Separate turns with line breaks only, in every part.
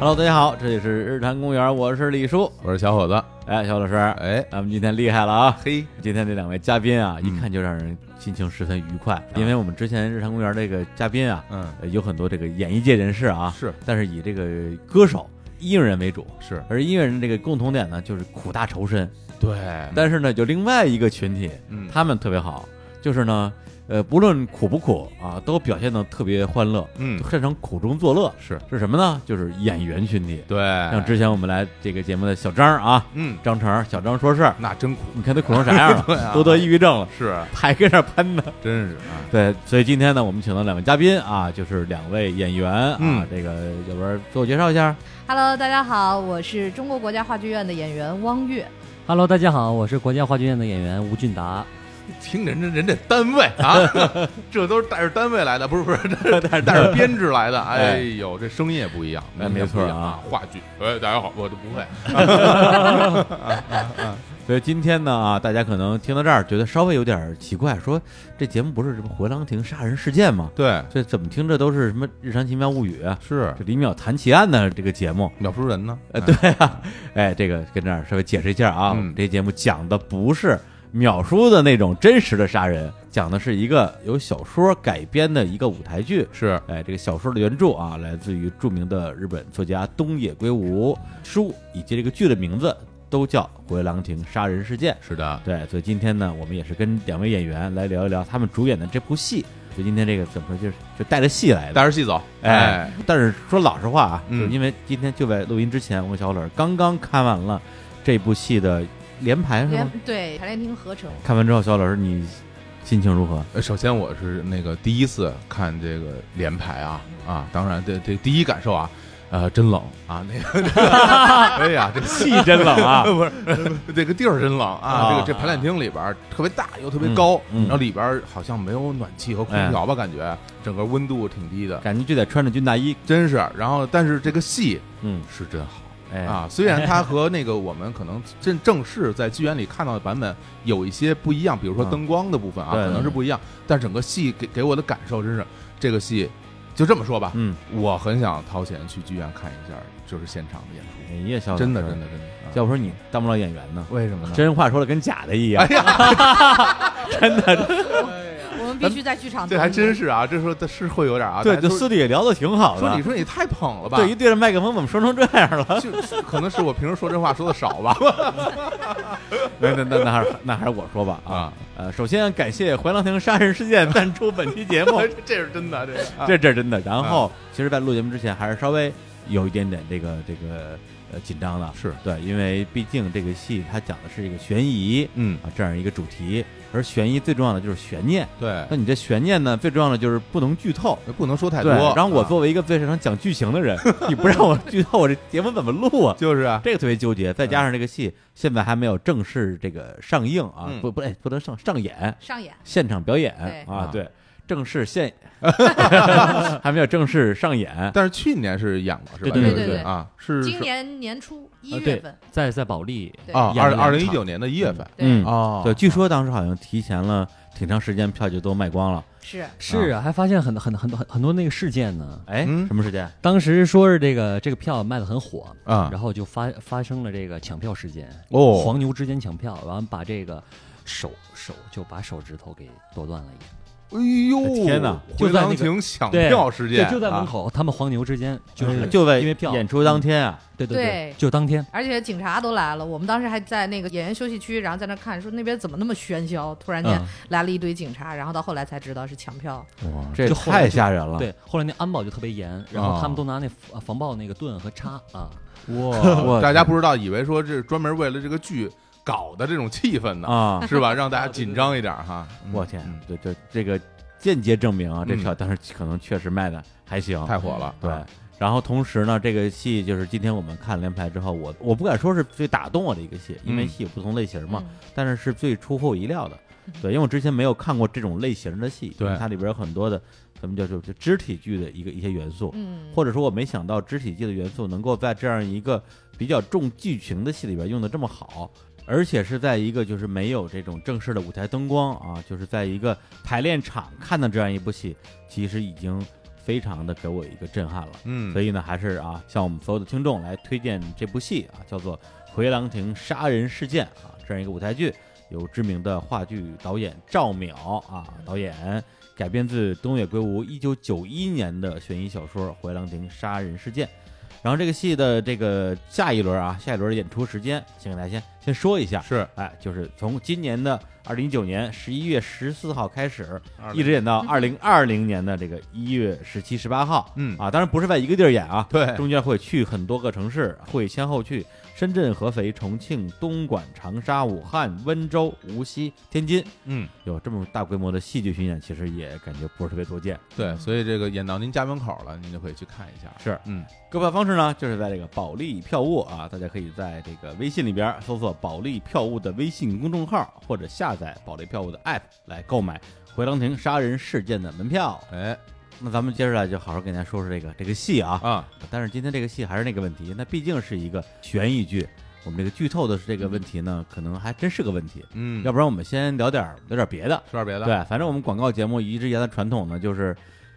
Hello，大家好，这里是日坛公园，我是李叔。
我是小伙子，
哎，小老师，
哎，
咱们今天厉害了啊！
嘿，嗯
今天这两位嘉宾啊，一看就让人心情十分愉快，
啊
因为我们之前日坛公园这个嘉宾啊，
嗯，
呃有很多这个演艺界人士啊，
是
但是以这个歌手、音乐人为主，
是，
而音乐人这个共同点呢，就是苦大仇深。
对，
但是呢，有另外一个群体，
嗯，
他们特别好，就是呢，呃，不论苦不苦啊，都表现的特别欢乐，
嗯
擅长苦中作乐。
是
是什么呢？就是演员群体。
对，
像之前我们来这个节目的小张啊，
嗯，
张成，小张说事儿，
那真苦，
你看他苦成啥样
对
了，
啊
都得抑郁症了，
是，啊
还跟那儿喷呢。
真是啊，
对，所以今天呢，我们请到两位嘉宾啊，就是两位演员啊，
嗯
这个要不然自我介绍一 下？
Hello，大家好，我是中国国家话剧院的演员汪月。
Hello，大家好，我是国家话剧院的演员吴俊达。
听着人家人家单位啊， 这都是带着单位来的，不是不是， 带着带着编制来的，哎呦，这声音也不一样，
哎
明显
没错
不一样
啊
啊，话剧，哎，大家好，我都不会，
所以今天呢啊，大家可能听到这儿觉得稍微有点奇怪，说这节目不是什么回廊亭杀人事件吗？
对，
这怎么听着都是什么《日常奇妙物语》啊
是
这李淼谈奇案的这个节目？
秒叔人呢，
呃，
哎
对，啊，哎，这个跟这儿稍微解释一下啊，
嗯
我们这节目讲的不是淼叔的那种真实的杀人，讲的是一个由小说改编的一个舞台剧。
是，
哎，这个小说的原著啊，来自于著名的日本作家东野圭吾，书以及这个剧的名字都叫《回廊亭杀人事件》。
是的，
对，所以今天呢，我们也是跟两位演员来聊一聊他们主演的这部戏。所以今天这个怎么说，就是就带着戏来的。
带着戏走，
哎，但是说老实话啊，
嗯
就是因为今天就在录音之前，我跟小冷刚刚看完了这部戏的连排，是
连
吗？
对排练厅合成，
看完之后，小老师你心情如何？
呃，首先我是那个第一次看这个联排啊啊，当然这这第一感受啊，呃，真冷啊，那个， 哎呀，这
戏真冷 啊！
不是这个地儿真冷啊，
啊
这个这排练厅里边儿特别大又特别高，
嗯嗯哎
然后里边儿好像没有暖气和空调吧，感觉整个温度挺低的，
感觉就得穿着军大衣，
真是。然后但是这个戏
嗯，
是真好。
哎，
啊，虽然它和那个我们可能正正式在剧院里看到的版本有一些不一样，比如说
嗯
灯光的部分啊，
对对
可能是不一样，但整个戏给给我的感受真是，这个戏就这么说吧，
嗯，
我很想掏钱去剧院看一下，就是现场的演出，
哎呀，小老师
真的真，的啊真的，
要不说你当不了演员呢。哎
为什么呢？
真话说的跟假的一样，
我们必须在剧 场。
嗯这还真。是啊，这说的是会有点啊，
对，
大
就
家都
私底下聊的挺好的。
说你说你太捧了吧，
对，一对着麦克风怎么说成这样了？
就可能是我平时说这话说的少吧，
那那那那还是那还是我说吧啊
啊，
呃，首先感谢怀郎亭杀人事件赞助本期 节目，
这是真的，这个 啊
这这是真的。然后，其实，在录节目之前，还是稍微有一点点这个这个呃紧张的，
是
对，因为毕竟这个戏它讲的是一个悬疑
嗯，
啊这样一个主题，而悬疑最重要的就是悬念。
对
那，你这悬念呢，最重要的就是不能剧透。
不能说太
对
多，，
然后我
啊
作为一个最擅长讲剧情的 人，你不让我剧透，我这节目怎么录啊？
就是啊，
这个特别纠结，再加上这个戏现在还没有正式这个上映啊，
嗯
不不哎不能上上演，
上演
现场表演
对
啊
啊，
对，正式现 还没有正式上演，
但是去年是演过是吧？
对
对
对
对对
啊，是
今
是
年年初一
啊
月份，
在在保利，
对
啊，
演
二
了
二零
两
一
场
九年的一月份
对
嗯，
哦
对，据说当时好像提前了挺长时间，票就都卖光了。
是
是啊，还发现很很很多很多那个事件呢。
哎，
嗯
什么时间？
当时说是这个这个票卖的很火，
啊
然后就发发生了这个抢票事件，
哦，
黄牛之间抢票，然后把这个手手就把手指头给剁断了一个。
哎呦，
天哪
就
回
在那
廊
个
亭抢
对
票事件
对，就在门
啊，嗯
口，他们黄牛之间就是
哎就为
因为票嗯
演出当天啊，
对对
对
就当天
而且警察都来了，我们当时还在那个演员休息区，然后在那看，说那边怎么那么喧嚣？突然间
嗯
来了一堆警察，然后到后来才知道是抢票。
哇
这也
就后来
太
就
吓人了。
对，
啊
后来那安保就特别严，然
哦
后他们都拿那防防爆那个盾和叉 啊，
我
哇，大家不知道，以为说这是专门为了这个剧搞的这种气氛呢，
啊，
是吧？让大家紧张一点哈。嗯
我天
嗯，
对对，这个间接证明啊，这
嗯
票当时可能确实卖的还行，
太火了，
对。然后同时呢，这个戏就是今天我们看联排之后，我我不敢说是最打动我的一个戏，因为
嗯
戏有不同类型嘛，
嗯
但是是最出乎我意料的。对，因为我之前没有看过这种类型的戏，
对
它里边有很多的咱们叫做就肢体剧的一个一些元素，
嗯，
或者说我没想到肢体剧的元素能够在这样一个比较重剧情的戏里边用的这么好，而且是在一个就是没有这种正式的舞台灯光啊，就是在一个排练场看的这样一部戏，其实已经非常的给我一个震撼了。
嗯，
所
以
以呢，还是啊，向我们所有的听众来推荐这部戏啊，叫做《回廊亭杀人事件》啊，这样一个舞台剧，由知名的话剧导演赵淼啊导演，改编自东野圭吾一九九一年的悬疑小说《回廊亭杀人事件》。然后这个戏的这个下一轮啊，下一轮的演出时间，先给大家先先说一下，
是
哎，就是从今年的二零一九年十一月十四号开始，
啊嗯
一直演到二零二零年的这个一月十七、十八号，
嗯
啊，当然不是在一个地儿演啊，
对
中间会去很多个城市，会先后去深圳、合肥、重庆、东莞、长沙、武汉、温州、无锡、天津，
嗯
有这么大规模的戏剧巡演，其实也感觉不是特别多见。
对，所以这个演到您家门口了，您就可以去看一下。
是
嗯，
购票方式呢，就是在这个保利票务啊，大家可以在这个微信里边搜索保利票务的微信公众号，或者下载保利票务的 app 来购买《回廊亭杀人事件》的门票。
哎
那咱们接下来就好好跟大家说说这个这个戏啊，
啊，
但是今天这个戏还是那个问题，那毕竟是一个悬疑剧，我们这个剧透的这个问题呢，可能还真是个问题。
嗯，
要不然我们先聊点儿聊点儿别的，
说点别的。，
对，反正我们广告节目一直以来的传统呢，就是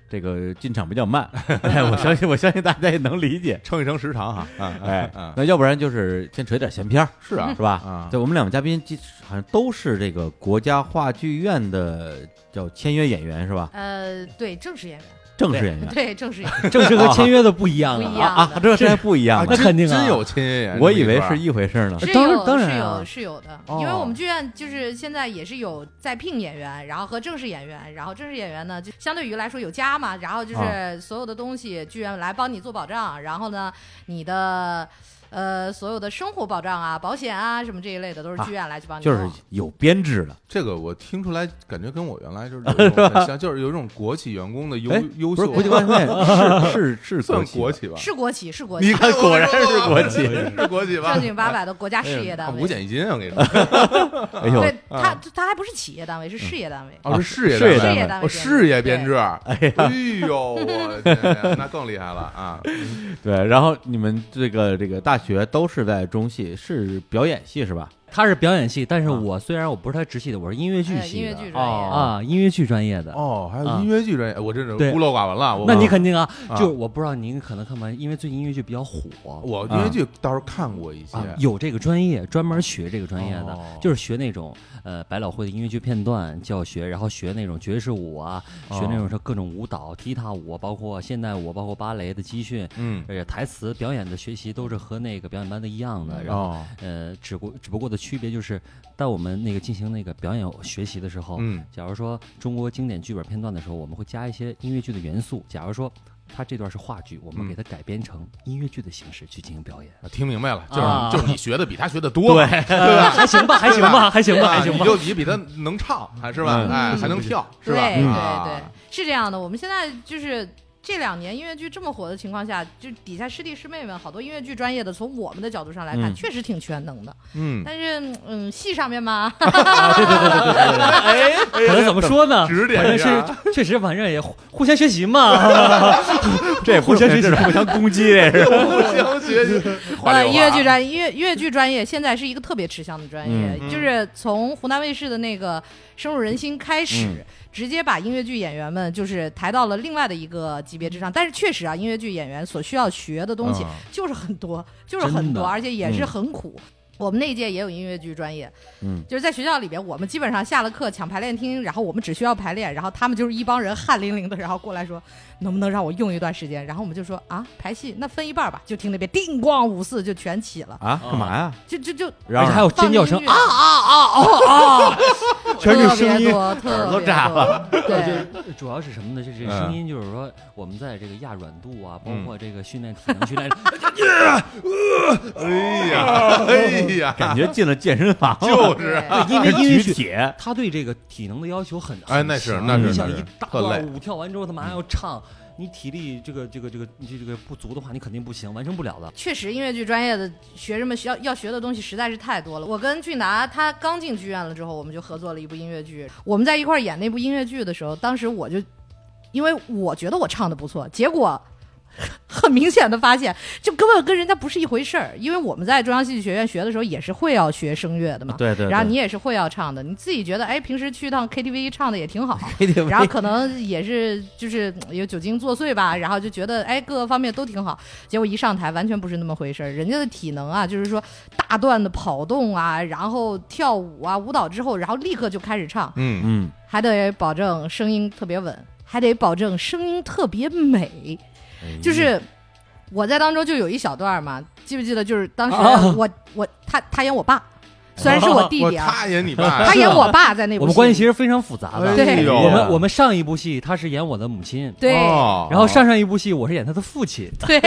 这个进场比较慢，哎，我相信我相信大家也能理解。
撑一撑时长哈。啊，
哎
啊，
那要不然就是先扯点闲篇儿，
是啊，
是吧？
啊
对我们两个嘉宾，其实好像都是这个国家话剧院的叫签约演员是吧？
呃，对，正式演员，
正式演员，
对，正式演员，
正式和签约的不一样
不一
啊。
样
啊啊，这这还不一样
啊
呢，
那肯定啊
真有亲人演，
我以为是一回事儿呢。
是
当然
有
当然
是
啊
有是有的，因为我们剧院就是现在也是有在聘演员，然后和正式演员，然后正式演员呢就相对于来说有家嘛，然后就是所有的东西剧院来帮你做保障，然后呢你的。呃，所有的生活保障啊、保险啊什么这一类的，都是
啊
剧院来去帮你
就
弄。
是有编制的，
这个，我听出来感觉跟我原来就是有一种很像，就是有一种国企员工的优
哎
优
不是
秀，
国际关系面是是是
算
国
国
企
企吧？
是国企，是国
你
企，
看果然是国企
是国企吧？
正经八百的国家事业单
啊
位。
五险一金啊，我跟你说，
吧，哎呦，
对，它它还不是企业单位，是事业单位。
啊
哦，是事业
事业
单
单
位
位
哦，事业编制，哎
呀
呦，我的天呀，那更厉害了啊！
对，然后你们这个这个大学都是在中戏，是表演系是吧？
他是表演系，但是
啊
我虽然我不是他直系的，我是音乐剧
哎音
系
乐
的
剧专
哦
业。
啊，音乐剧专业的。
哦，还有
啊
音乐剧专业，我真是
对
孤陋寡闻了。我
那你肯定啊，
啊
就是我不知道您可能看完，因为最近音乐剧比较火，
我音乐剧倒是看过一些
啊，有这个专业专门学这个专业的，
哦
就是学那种呃百老汇的音乐剧片段教学，然后学那种爵士舞啊，
哦
学那种是各种舞蹈、踢踏舞啊，包括现代舞啊，包括芭蕾的集训，
嗯，
而且台词表演的学习都是和那个表演班的一样的，然后。
哦，
呃，只不只不过的区别就是，当我们那个进行那个表演学习的时候，
嗯
假如说中国经典剧本片段的时候，我们会加一些音乐剧的元素。假如说它这段是话剧，我们
嗯
给它改编成音乐剧的形式去进行表演。
听明白了，就是、
啊
就是你学的比他学的多嘛，对
呃，还行吧，还行吧，还行吧，
哎
吧？
还
哎你
行吧。
就你比他能唱，还是吧？
嗯
哎，
嗯
还能跳，是
对
吧？
对
啊
对，是这样的。我们现在就是这两年音乐剧这么火的情况下，就底下师弟师妹们好多音乐剧专业的，从我们的角度上来看，
嗯
确实挺全能的。
嗯，
但是，嗯，戏上面 嘛，
啊对对对对对对对
哎，
对，可能怎么说呢？
指点
嗯反
一下
正是确实，反正也互互相学习嘛。
这也不啊是
互相学习
这是互相攻击，这是
互相学习，
呃，音乐剧
专
专音乐音乐剧专业现在是一个特别吃香的专业，
嗯
就是从湖南卫视的那个《深入人心》开始，
嗯
直接把音乐剧演员们就是抬到了另外的一个级别之上。但是确实啊，音乐剧演员所需要学的东西
嗯
就是很多， 就是
真
很
的
多，而且也是
嗯
很苦。我们那一届也有音乐剧专业，
嗯，
就是在学校里边，我们基本上下了课抢排练厅，然后我们只需要排练，然后他们就是一帮人汗淋淋的，然后过来说能不能让我用一段时间，然后我们就说啊排戏那分一半吧，就听那边叮咣五四就全起了，
啊，干嘛呀？
就就就
然
而且还
后
有尖叫声啊！
全是
特
声音
别多，特
耳朵
别
炸
多
了，
对。
就主要是什么呢？这这
嗯
声音就是说，我们在这个压软度啊，包
嗯
括这个训练体能训 练，
哎呀，哎呀，
感觉进了健身房，
就是
对
因为音乐
举
剧
铁，
他对这个体能的要求很
哎
很
那是
强
那
是
你想
那是
一大
特
段
累
舞跳完之后，他马上要唱，你体力这个这个这个这这个不足的话，你肯定不行，完成不了的。
确实，音乐剧专业的学生们需要要学的东西实在是太多了。我跟俊达他刚进剧院了之后，我们就合作了一部音乐剧。我们在一块儿演那部音乐剧的时候，当时我就，因为我觉得我唱的不错，结果。 很明显的发现，就根本跟人家不是一回事儿。因为我们在中央戏剧学院学的时候，也是会要学声乐的嘛，
啊对对对
然后你也是会要唱的，你自己觉得哎，平时去趟 KTV 唱的也挺好，
KTV
然后可能也是就是嗯有酒精作祟吧，然后就觉得哎各个方面都挺好，结果一上台完全不是那么回事儿。人家的体能啊，就是说大段的跑动啊，然后跳舞啊，舞蹈之后，然后立刻就开始唱，
嗯，
嗯，
还得保证声音特别稳，还得保证声音特别美。就是我在当中就有一小段嘛，记不记得？就是当时
啊
我、我他他演我爸，虽然是我弟
我
弟
哦
啊，
他演你爸，
他演我爸在那部戏，
我们关系其实非常复杂的。
对
哎呦
我们我们上一部戏他是演我的母亲，
对、
哦
然后上上一部戏我是演他的 父亲，
对。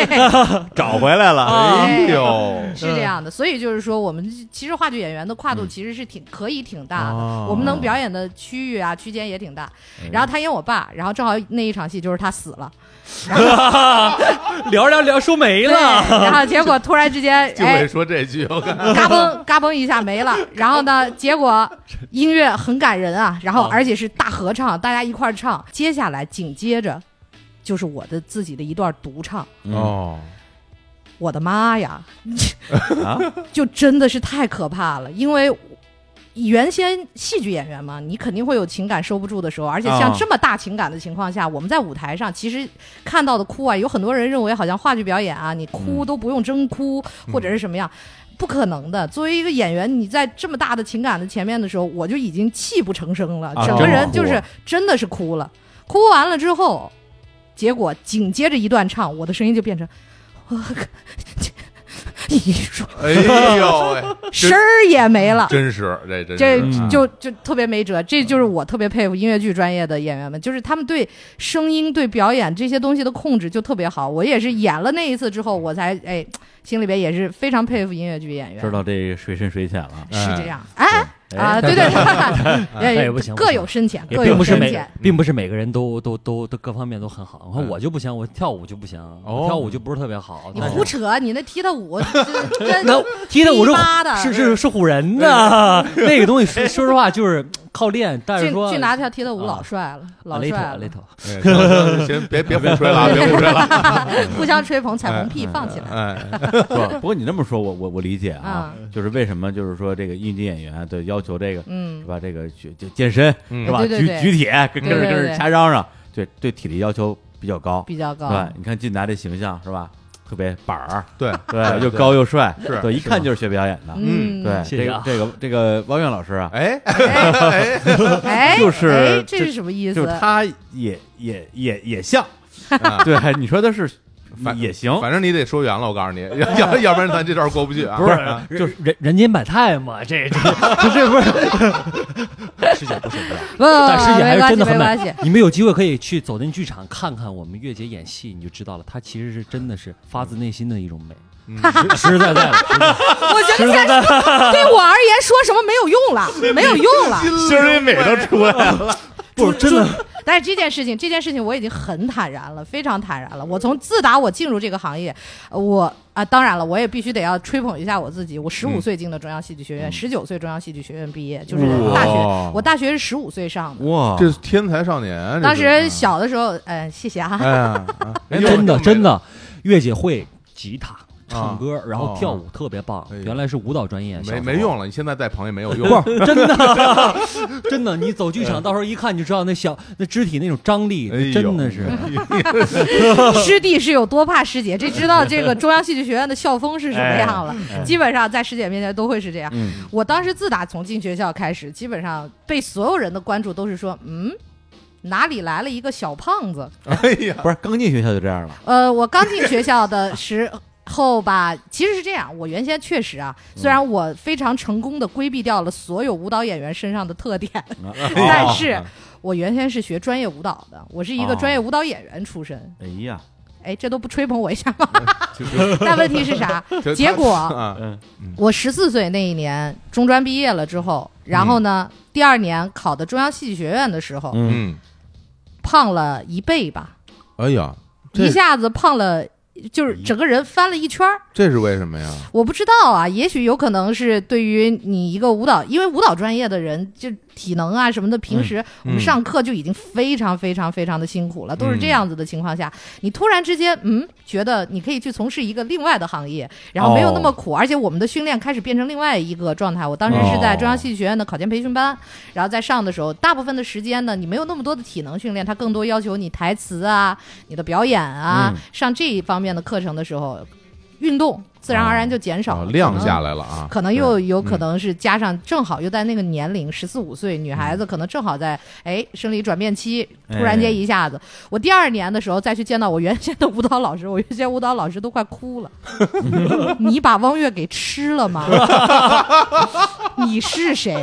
找回来了，
哎呦，
是这样的，所以就是说，我们其实话剧演员的跨度其实是挺、可以挺大的，
哦
我们能表演的区域啊、区间也挺大。然后他演我爸，然后正好那一场戏就是他死了，
聊着聊着聊说没
对，
了，
然后结果突然之间，
就会
哎，
说这句，我看
嘎嘣嘎嘣一下没了。然后呢，结果音乐很感人啊，然后而且是大合唱，大家一块儿唱。接下来紧接着就是我的自己的一段独唱，
嗯
哦，
我的妈呀！
啊，
就真的是太可怕了，因为原先戏剧演员嘛，你肯定会有情感收不住的时候，而且像
啊
这么大情感的情况下，我们在舞台上其实看到的哭啊，有很多人认为好像话剧表演啊，你哭
嗯
都不用真哭、或者是什么样。不可能的。作为一个演员，你在这么大的情感的前面的时候，我就已经泣不成声了，
啊
整个
真
人
哭
就是
啊
真的是哭了。哭完了之后，结果紧接着一段唱，我的声音就变成，我 你说
哎呦喂，
声儿也没了。
真是哎这真
这
是
嗯
就就特别没辙，这就是我特别佩服音乐剧专业的演员们，就是他们对声音、对表演这些东西的控制就特别好。我也是演了那一次之后，我才哎，心里边也是非常佩服音乐剧演员，
知道这水深水浅了。
是这样。哎
对
啊，对对 对，
哎不行不行
各有深浅，
也
各
并
有
不是
深
每
浅。
并不是每个人都都都都各方面都很好。我看
嗯
我就不行，我跳舞就不行，
哦
我跳舞就不是特别好。
你
但是
胡扯，你那踢踏 舞，这
那
这
踢的我是
踢吧的
是是是唬人的，那个东西说 说实话就是靠练，但是
俊
说
俊拿跳踢踏舞
啊
老帅了，老
雷头
帅了
雷，头，
哎行行行行，别别胡吹了啊，别胡吹了，
嗯
互相吹捧，彩虹屁
哎
放起来
哎，
不不过你这么说，我我我理解啊
啊，
就是为什么就是说这个应届演员对要求这个
嗯
是，吧？这个去就健身
嗯
是吧？
对对
举
对
举铁，跟跟着
对对
跟着
对
瞎嚷嚷，对对体力要求比较高，
比较高。
对，你看靳达这形象是吧？特别板 儿，
对
对，又
对
高又帅，
是
对，一看就是学表演的。
嗯
嗯，
对，
谢
这
谢
个
啊
这个这个汪苑老师啊，
哎
哎，
就是
哎，
这
这是什么意思？
就是他也也也也像，
啊
对，你说他是
反
也行，
反正你得说圆了，我告诉你，要要不然咱这招过不去啊。
不是
啊
就是
人 人间百态嘛，这这 这不是
师姐不是不是，
不，
但师姐还
啊呃没关系，
是真
没
的很
关
美
系。。
你们有机会可以去走进剧场看看我们月姐演戏，你就知道了，她其实是真的是发自内心的一种美，
嗯
实实在在的。
我觉得现在 对我而言说什么没有用了，没有用了。
心里美都出来 了，
不是真的，
但是这件事情，这件事情我已经很坦然了，非常坦然了。我从自打我进入这个行业，呃我啊、当然了，我也必须得要吹捧一下我自己。我十五
嗯
岁进的中央戏剧学院，十九、岁中央戏剧学院毕业，就是
嗯哇
大学。我大学是十五岁上的，
哇，
这是天才少年，
当
这
时
是，
小的时候，嗯、谢谢 啊。
哎呀，啊
真的真，
哎
的，月姐会吉他、
啊
唱歌，然
哦
后跳舞特别棒
哎呦。
原来是舞蹈专业，
呦
小时
没
候
没。用了，你现在带朋友没有用，
不 是真的， 真的，你走剧场到时候一看你就知道那小那肢体那种张力
哎，呦
真的是。
师弟是有多怕师姐，这知 道这个中央戏剧学院的校风是什么样了。
哎哎
基本上在师姐面前都会是这样。
嗯，
我当时自打从进学校开始，基本上被所有人的关注都是说，嗯，哪里来了一个小胖子？
哎呀，
不是刚进学校就这样了，
呃，我刚进学校的时候吧，其实是这样，我原先确实啊，虽然我非常成功的规避掉了所有舞蹈演员身上的特点，
啊
但
哦
是我原先是学专业舞蹈的，我是一个专业舞蹈演员出身。
哎呀，
哎，这都不吹捧我一下吗？
就就
但问题是啥？
就
结果
啊，
嗯，
我十四岁那一年，中专毕业了之后，然后呢，第二年考的中央戏剧学院的时候，
嗯
嗯，
胖了一倍吧，
哎呀，这
一下子胖了就是整个人翻了一圈儿。
这是为什么呀？
我不知道啊，也许有可能是对于你一个舞蹈，因为舞蹈专业的人就体能啊什么的，平时我们
嗯
上课就已经非常非常非常的辛苦了，都是这
嗯
样子的情况下，你突然之间嗯觉得你可以去从事一个另外的行业，然后没有那么
哦
苦，而且我们的训练开始变成另外一个状态。我当时是在中央戏剧学院的考前培训班，然后在上的时候，大部分的时间呢，你没有那么多的体能训练，它更多要求你台词啊、你的表演啊，
嗯
上这一方面的课程的时候，运动自然而然就减少了，
哦
可
亮
能
下来了啊，
可能又有可
嗯
能是加上正好又在那个年龄十四五岁，女孩
嗯
子可能正好在哎生理转变期，突然间一下子，
嗯
我第二年的时候再去见到我原先的舞蹈老师，我原先舞蹈老师都快哭了，你把汪月给吃了吗？你是谁？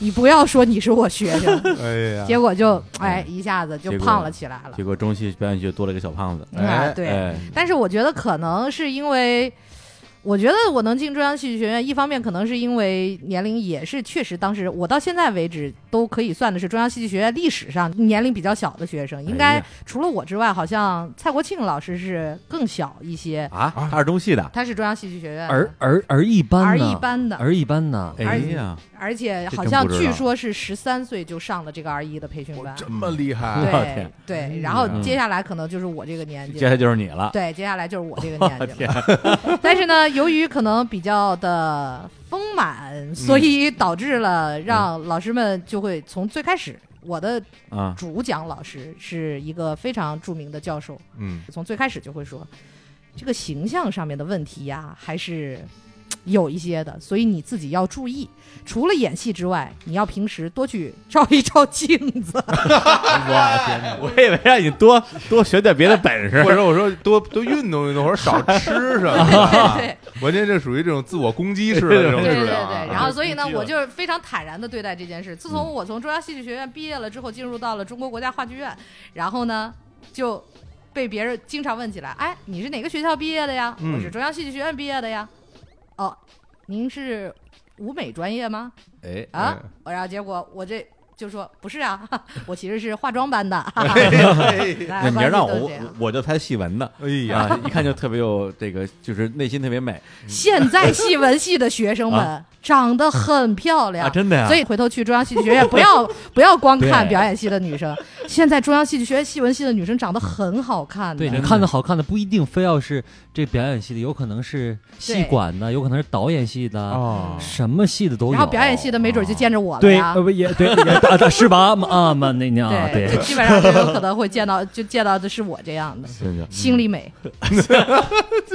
你不要说你是我学生，
哎呀，
嗯结果就哎一下子就
结果
胖了起来了
结。果中戏表演学多了一个小胖子，
啊
哎，
对，
哎，
但是我觉得可能是因为，我觉得我能进中央戏剧学院，一方面可能是因为年龄也是确实当时我到现在为止都可以算的是中央戏剧学院历史上年龄比较小的学生，应
哎
该
呀
除了我之外，好像蔡国庆老师是更小一些，
啊，他是中戏的，
他是中央戏剧学院的
而而而一般
而
呢？
一般的，
而一般呢？
哎呀，
而且
这
好
真
像
不知
据
道
说是十三岁就上了这个 R 一的培训班，
这么厉害，
我
对
天
对，然后
嗯
接下来可能就是我这个年纪
接下
了，
来就是你了，
对，接下来就是我 这个年纪了。但是呢，由于可能比较的丰满，所以导致了让老师们就会从最开始。我的
啊，
主讲老师是一个非常著名的教授，
嗯，
从最开始就会说，这个形象上面的问题呀，还是有一些的，所以你自己要注意。除了演戏之外，你要平时多去照一照镜子。 哎
我天哪，我以为让你多多学点别的本事
或，者我说多多运动运动，或者少吃什么的 啊，
对
我这这属于这种自我攻击式的这种
对
治
对
疗
对
啊，
对，然后所以呢
攻，击了
我就是非常坦然的对待这件事。自从我从中央戏剧学院毕业了之后，进入到了中国国家话剧院，然后呢，就被别人经常问起来：“哎，你是哪个学校毕业的呀？”
嗯
我是中央戏剧学院毕业的呀。哦，您是舞美专业吗？
哎，
啊，然后结果我这就说不是啊， 我其实是化妆 班的。
那你
哎
大家关
要
系
让
都
我，
是这样
我我就拍戏文的。
哎呀，
啊，一看就特别有这个，就是内心特别 美
现在戏文系的学生们长得很漂亮，
啊，真的呀。
所以回头去中央戏剧学院，不要不要光看
对
表演系的女生。现在中央戏剧学院戏文系的女生长得很好看的，
对你
真的
看的好看的不一定非要是这表演系的，有可能是戏管的，有可能是导演系的，
哦
什么戏的都有。
嗯然后表演系的没准就见着我了
对，
呀
呃。不也对也啊啊是吧？啊嘛那那啊
对，就基本上就有可能会见到，就见到的是我这 样的
真的
心里美、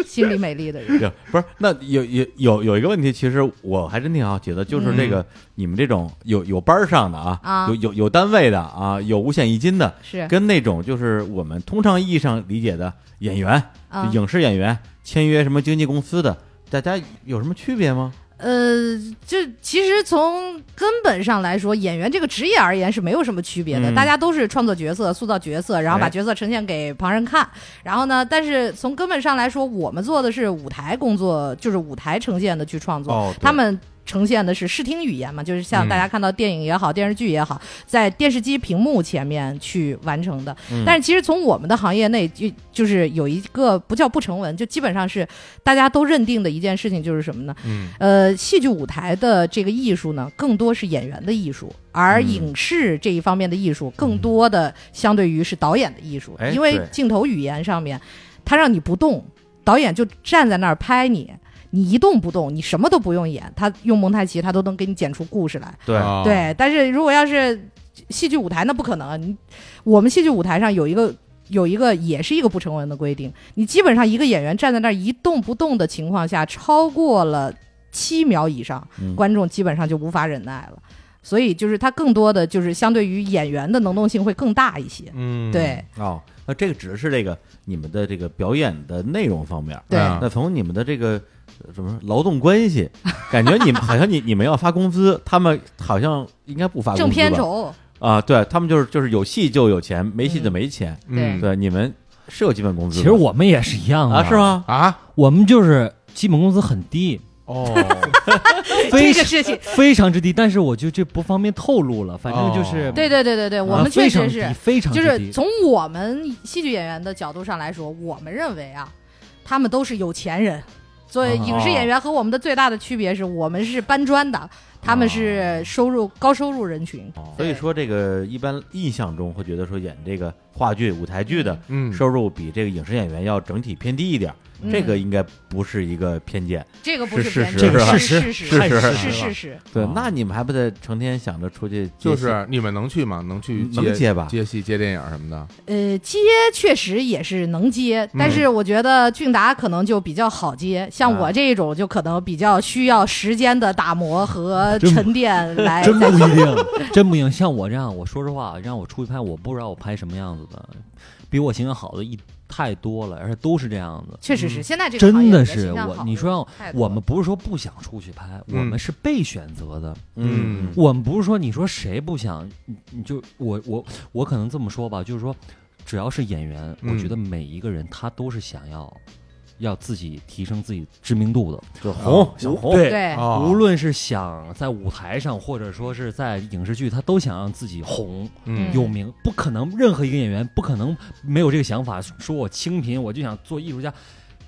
心里美丽的人。
有不是？那有有有有一个问题，其实我还真挺好奇的，就是这个、你们这种有有班儿上的啊，
嗯啊
有有有单位的啊，有五险一金的，
是
跟那种就是我们通常意义上理解的演员、
啊
就影视演员签约什么经纪公司的，大家有什么区别吗？
呃，就其实从根本上来说，演员这个职业而言是没有什么区别的，
嗯
大家都是创作角色、塑造角色，然后把
哎
角色呈现给旁人看。然后呢，但是从根本上来说，我们做的是舞台工作，就是舞台呈现的去创作，
哦对
他们。呈现的是视听语言嘛，就是像
嗯
大家看到电影也好、电视剧也好，在电视机屏幕前面去完成的。
嗯
但是其实从我们的行业内，就就是有一个不叫不成文，就基本上是大家都认定的一件事情，就是什么呢？
嗯
呃，戏剧舞台的这个艺术呢，更多是演员的艺术，而
嗯
影视这一方面的艺术，更多的相对于是导演的艺术，
哎
因为
对
镜头语言上面，它让你不动，导演就站在那儿拍你。你一动不动，你什么都不用演，他用蒙太奇，他都能给你剪出故事来。
对
哦
对，但是如果要是戏剧舞台，那不可能。你我们戏剧舞台上有一个有一个也是一个不成文的规定，你基本上一个演员站在那儿一动不动的情况下，超过了七秒以上，
嗯
观众基本上就无法忍耐了。所以就是它更多的就是相对于演员的能动性会更大一些。
嗯，
对
哦，那这个只是这个你们的这个表演的内容方面，
对
啊
那从你们的这个呃怎么说劳动关系，感觉你们 好像你你们要发工资，他们好像应该不发工资
挣
吧
片酬，
啊，对他们就是就是有戏就有钱，没戏就
嗯
没钱。
嗯
对，你们是有基本工资的，啊
其实我们也是一样的
啊是？吗？
啊
我们就是基本工资很低，
哦，
非
这个事情。
非常之低，但是我就这不方便透露了，反正就是
哦
对对对对对，
啊
我们确
非常
实
低
是，
非常
就
之
是
低
从我们戏剧演员的角度上来说，我们认为啊，他们都是有钱人。所以
哦
影视演员和我们的最大的区别是我们是搬砖的，他们
啊
是收入高收入人群。
哦所以说，这个一般印象中会觉得说演这个话剧、舞台剧的
嗯
收入比这个影视演员要整体偏低一点儿，
嗯
这个应该不是一个偏见。
这个不
是
偏
事
见，
实
是事
是
是
是
是
是
是
是
事实。
对
哦，
那你们还不得成天想着出去接戏？
就是你们能去吗？能去
嗯
能接吧
接戏、接电影什么的？
呃，接确实也是能接，但
嗯
是我觉得俊达可能就比较好接，像
啊
我这种就可能比较需要时间的打磨和
啊真
沉淀来
真不 一定，真不一定。像我这样，我说实话，让我出去拍，我不知道我拍什么样子的，比我形象好的一太多了，而且都是这样子。
确实是，现在这个行
真
业
的
的
是
形象
我，
好
你
的
说让
太多
我
了
们不是说不想出去拍，我
嗯
们是被选择的。
嗯，
我们不是说你说谁不想，你你就我我我可能这么说吧，就是说，只要是演员，
嗯
我觉得每一个人他都是想要要自己提升自己知名度的，
就红想红，
对啊
对，
哦
无论是想在舞台上，或者说是在影视剧，他都想让自己红、
嗯
有名。不可能，任何一个演员不可能没有这个想法，说我清贫，我就想做艺术家，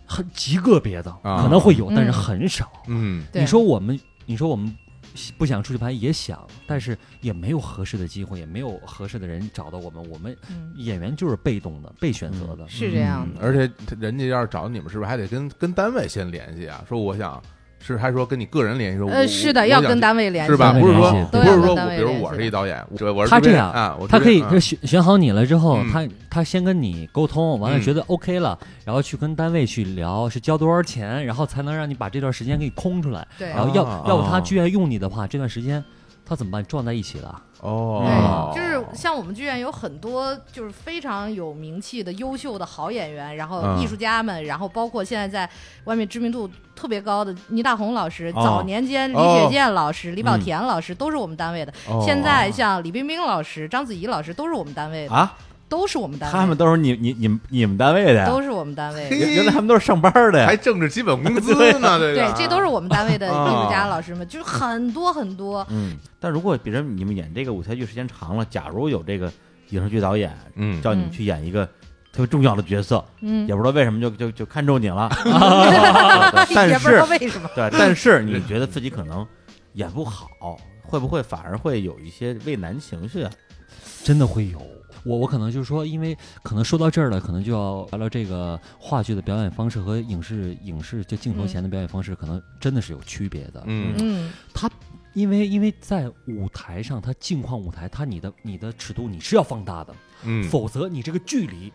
很极个别的
啊
可能会有，
嗯
但是很少。
嗯
对
你说我们，你说我们不想出去拍也想，但是也没有合适的机会，也没有合适的人找到我们。我们
嗯
演员就是被动的，被选择的。
是这样的。
而且他人家要是找你们，是不是还得跟跟单位先联系啊？说我想，是还说跟你个人联系？说我
呃，是的，
嗯我
要
想
跟
去
单位联系，
是吧？
单
不
位
是说
联系
不
对
是
要跟
说
单
我，
位
比如
联
我
系
是一
的
导演，我我是
他
制片人
这样
啊，我
他
制
可
片
以
人啊
他选选好你了之后，
嗯
他他先跟你沟通，完了
嗯
觉得 OK 了，然后去跟单位去聊是交多少钱，然后才能让你把这段时间给你空出来。
对
然后要
啊
要不他剧院用你的话，这段时间他怎么办？撞在一起了。
哦，
对，就是像我们剧院有很多就是非常有名气的优秀的好演员，然后
嗯
艺术家们，然后包括现在在外面知名度特别高的倪大红老师，
哦
早年间李
哦嗯
雪健老师、李保田老师都是我们单位的，
哦
现在像李冰冰老师、章子怡老师都是我们单位的，
啊，
都是我们单位的，
他们都是你你你们你们单位的呀？
都是我们单位的。
嘿
原原来他们都是上班的
还
呀。
挣着基本工资 呢，对
对
对，，
这都是我们单位的艺术家
哦
老师们，就是很多很多，
嗯，但如果比如你们演这个舞台剧时间长了，假如有这个影视剧导演
嗯，
叫你们去演一个特别重要的角色，
嗯，
也不知道为什么就就就看中你了，
也
但
不知
是
道为什么。
对，但是你觉得自己可能演不好，会不会反而会有一些畏难情绪啊？
真的会有。我我可能就是说，因为可能说到这儿了，可能就要聊聊这个话剧的表演方式和影视影视就镜头前的表演方式，可能真的是有区别的。
嗯
嗯，
因为因为在舞台上，它镜框舞台，它你的你的尺度你是要放大的，
嗯，
否则你这个距离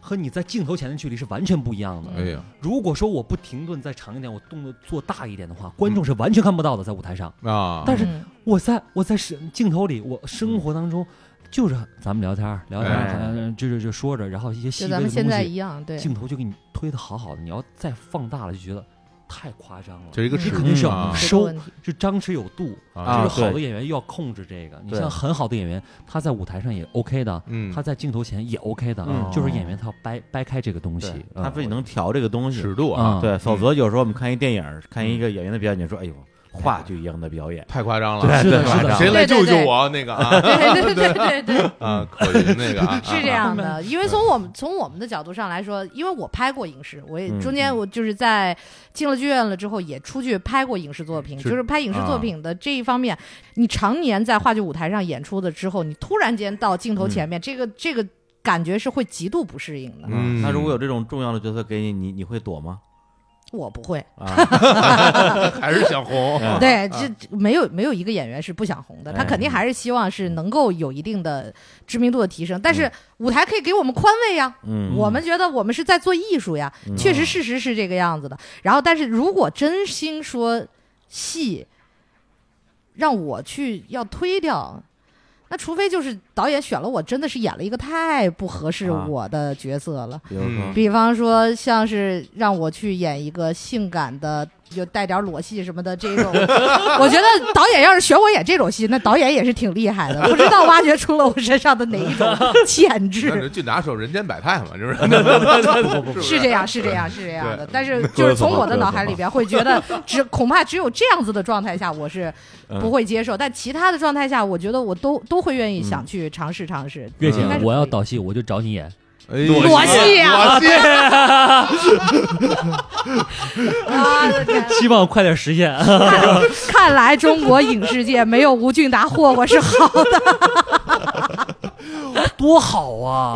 和你在镜头前的距离是完全不一样的。
哎呀
如果说我不停顿再长一点，我动作做大一点的话，观众是完全看不到的，在舞台上。
啊，
但是
嗯
我在我在是嗯镜头里，我生活当中就是咱们聊天儿聊天儿，
哎
嗯就就就说着，然后一些细
就咱
微的
们
东
现在
西，
一样，对，
镜头就给你推的好好的，你要再放大了就觉得太夸张了，
这是一个
嗯
尺
肯定是
度
要
啊
这个
收
问题
就张弛有度。
啊
就
啊
是好的
对
演员要控制这个，你
对
像很好的演员，他在舞台上也 OK 的，
嗯，
他在镜头前也 OK 的，啊
嗯
就是演员他要掰掰开这个东西
对，，
嗯
他自己能调这个东西。
尺度啊，
啊
对，
嗯
否则有时候我们看一电影，看一个演员的表演，你说哎呦，话剧一样的表演，
太夸张了，
对是的
太夸
是的
张谁来
对
救
对
救
对
我那个啊
对对对对对，
啊，可云那个啊，
是这样的。因为从我们从我们的角度上来说，因为我拍过影视，我也
嗯
中间我就是在进了剧院了之后，也出去拍过影视作品，
是
就是拍影视作品的这一方面，你常年在话剧舞台上演出的之后，你突然间到镜头前面，这个这个感觉是会极度不适应的。
啊
嗯
他如果有这种重要的角色给你，你你会躲吗？
我不会，
啊，
啊，还是想红，
啊
对，这这没有没有一个演员是不想红的，他
哎
肯定还是希望是能够有一定的知名度的提升。但是舞台可以给我们宽慰呀，
嗯，
我们觉得我们是在做艺术呀，
嗯
确实事实是这个样子的。然后，但是如果真心说戏让我去要推掉，那除非就是导演选了我，真的是演了一个太不合适
啊
我的角色了。
比如说
嗯
比方说，像是让我去演一个性感的就带点裸戏什么的这种。 我觉得导演要是选我演这种戏，那导演也是挺厉害的，不知道挖掘出了我身上的哪一 种潜
那
质。
就就拿手人间百态嘛，就是不
是这样，是这样，是这样的。
对
但是
各
就是
种
从我
各
的
种
脑海里边会觉得，只 恐怕只有这样子的状态下，我是
嗯
不会接受。但其他的状态下，我觉得我都都会愿意想去尝试尝试。
嗯月
应该
姐，
是
我要
可以
导戏，我就找你演。
裸戏啊
裸戏，
啊！我的天
希望快点实现。
看来中国影视界没有吴俊达霍霍是好的。
多好啊！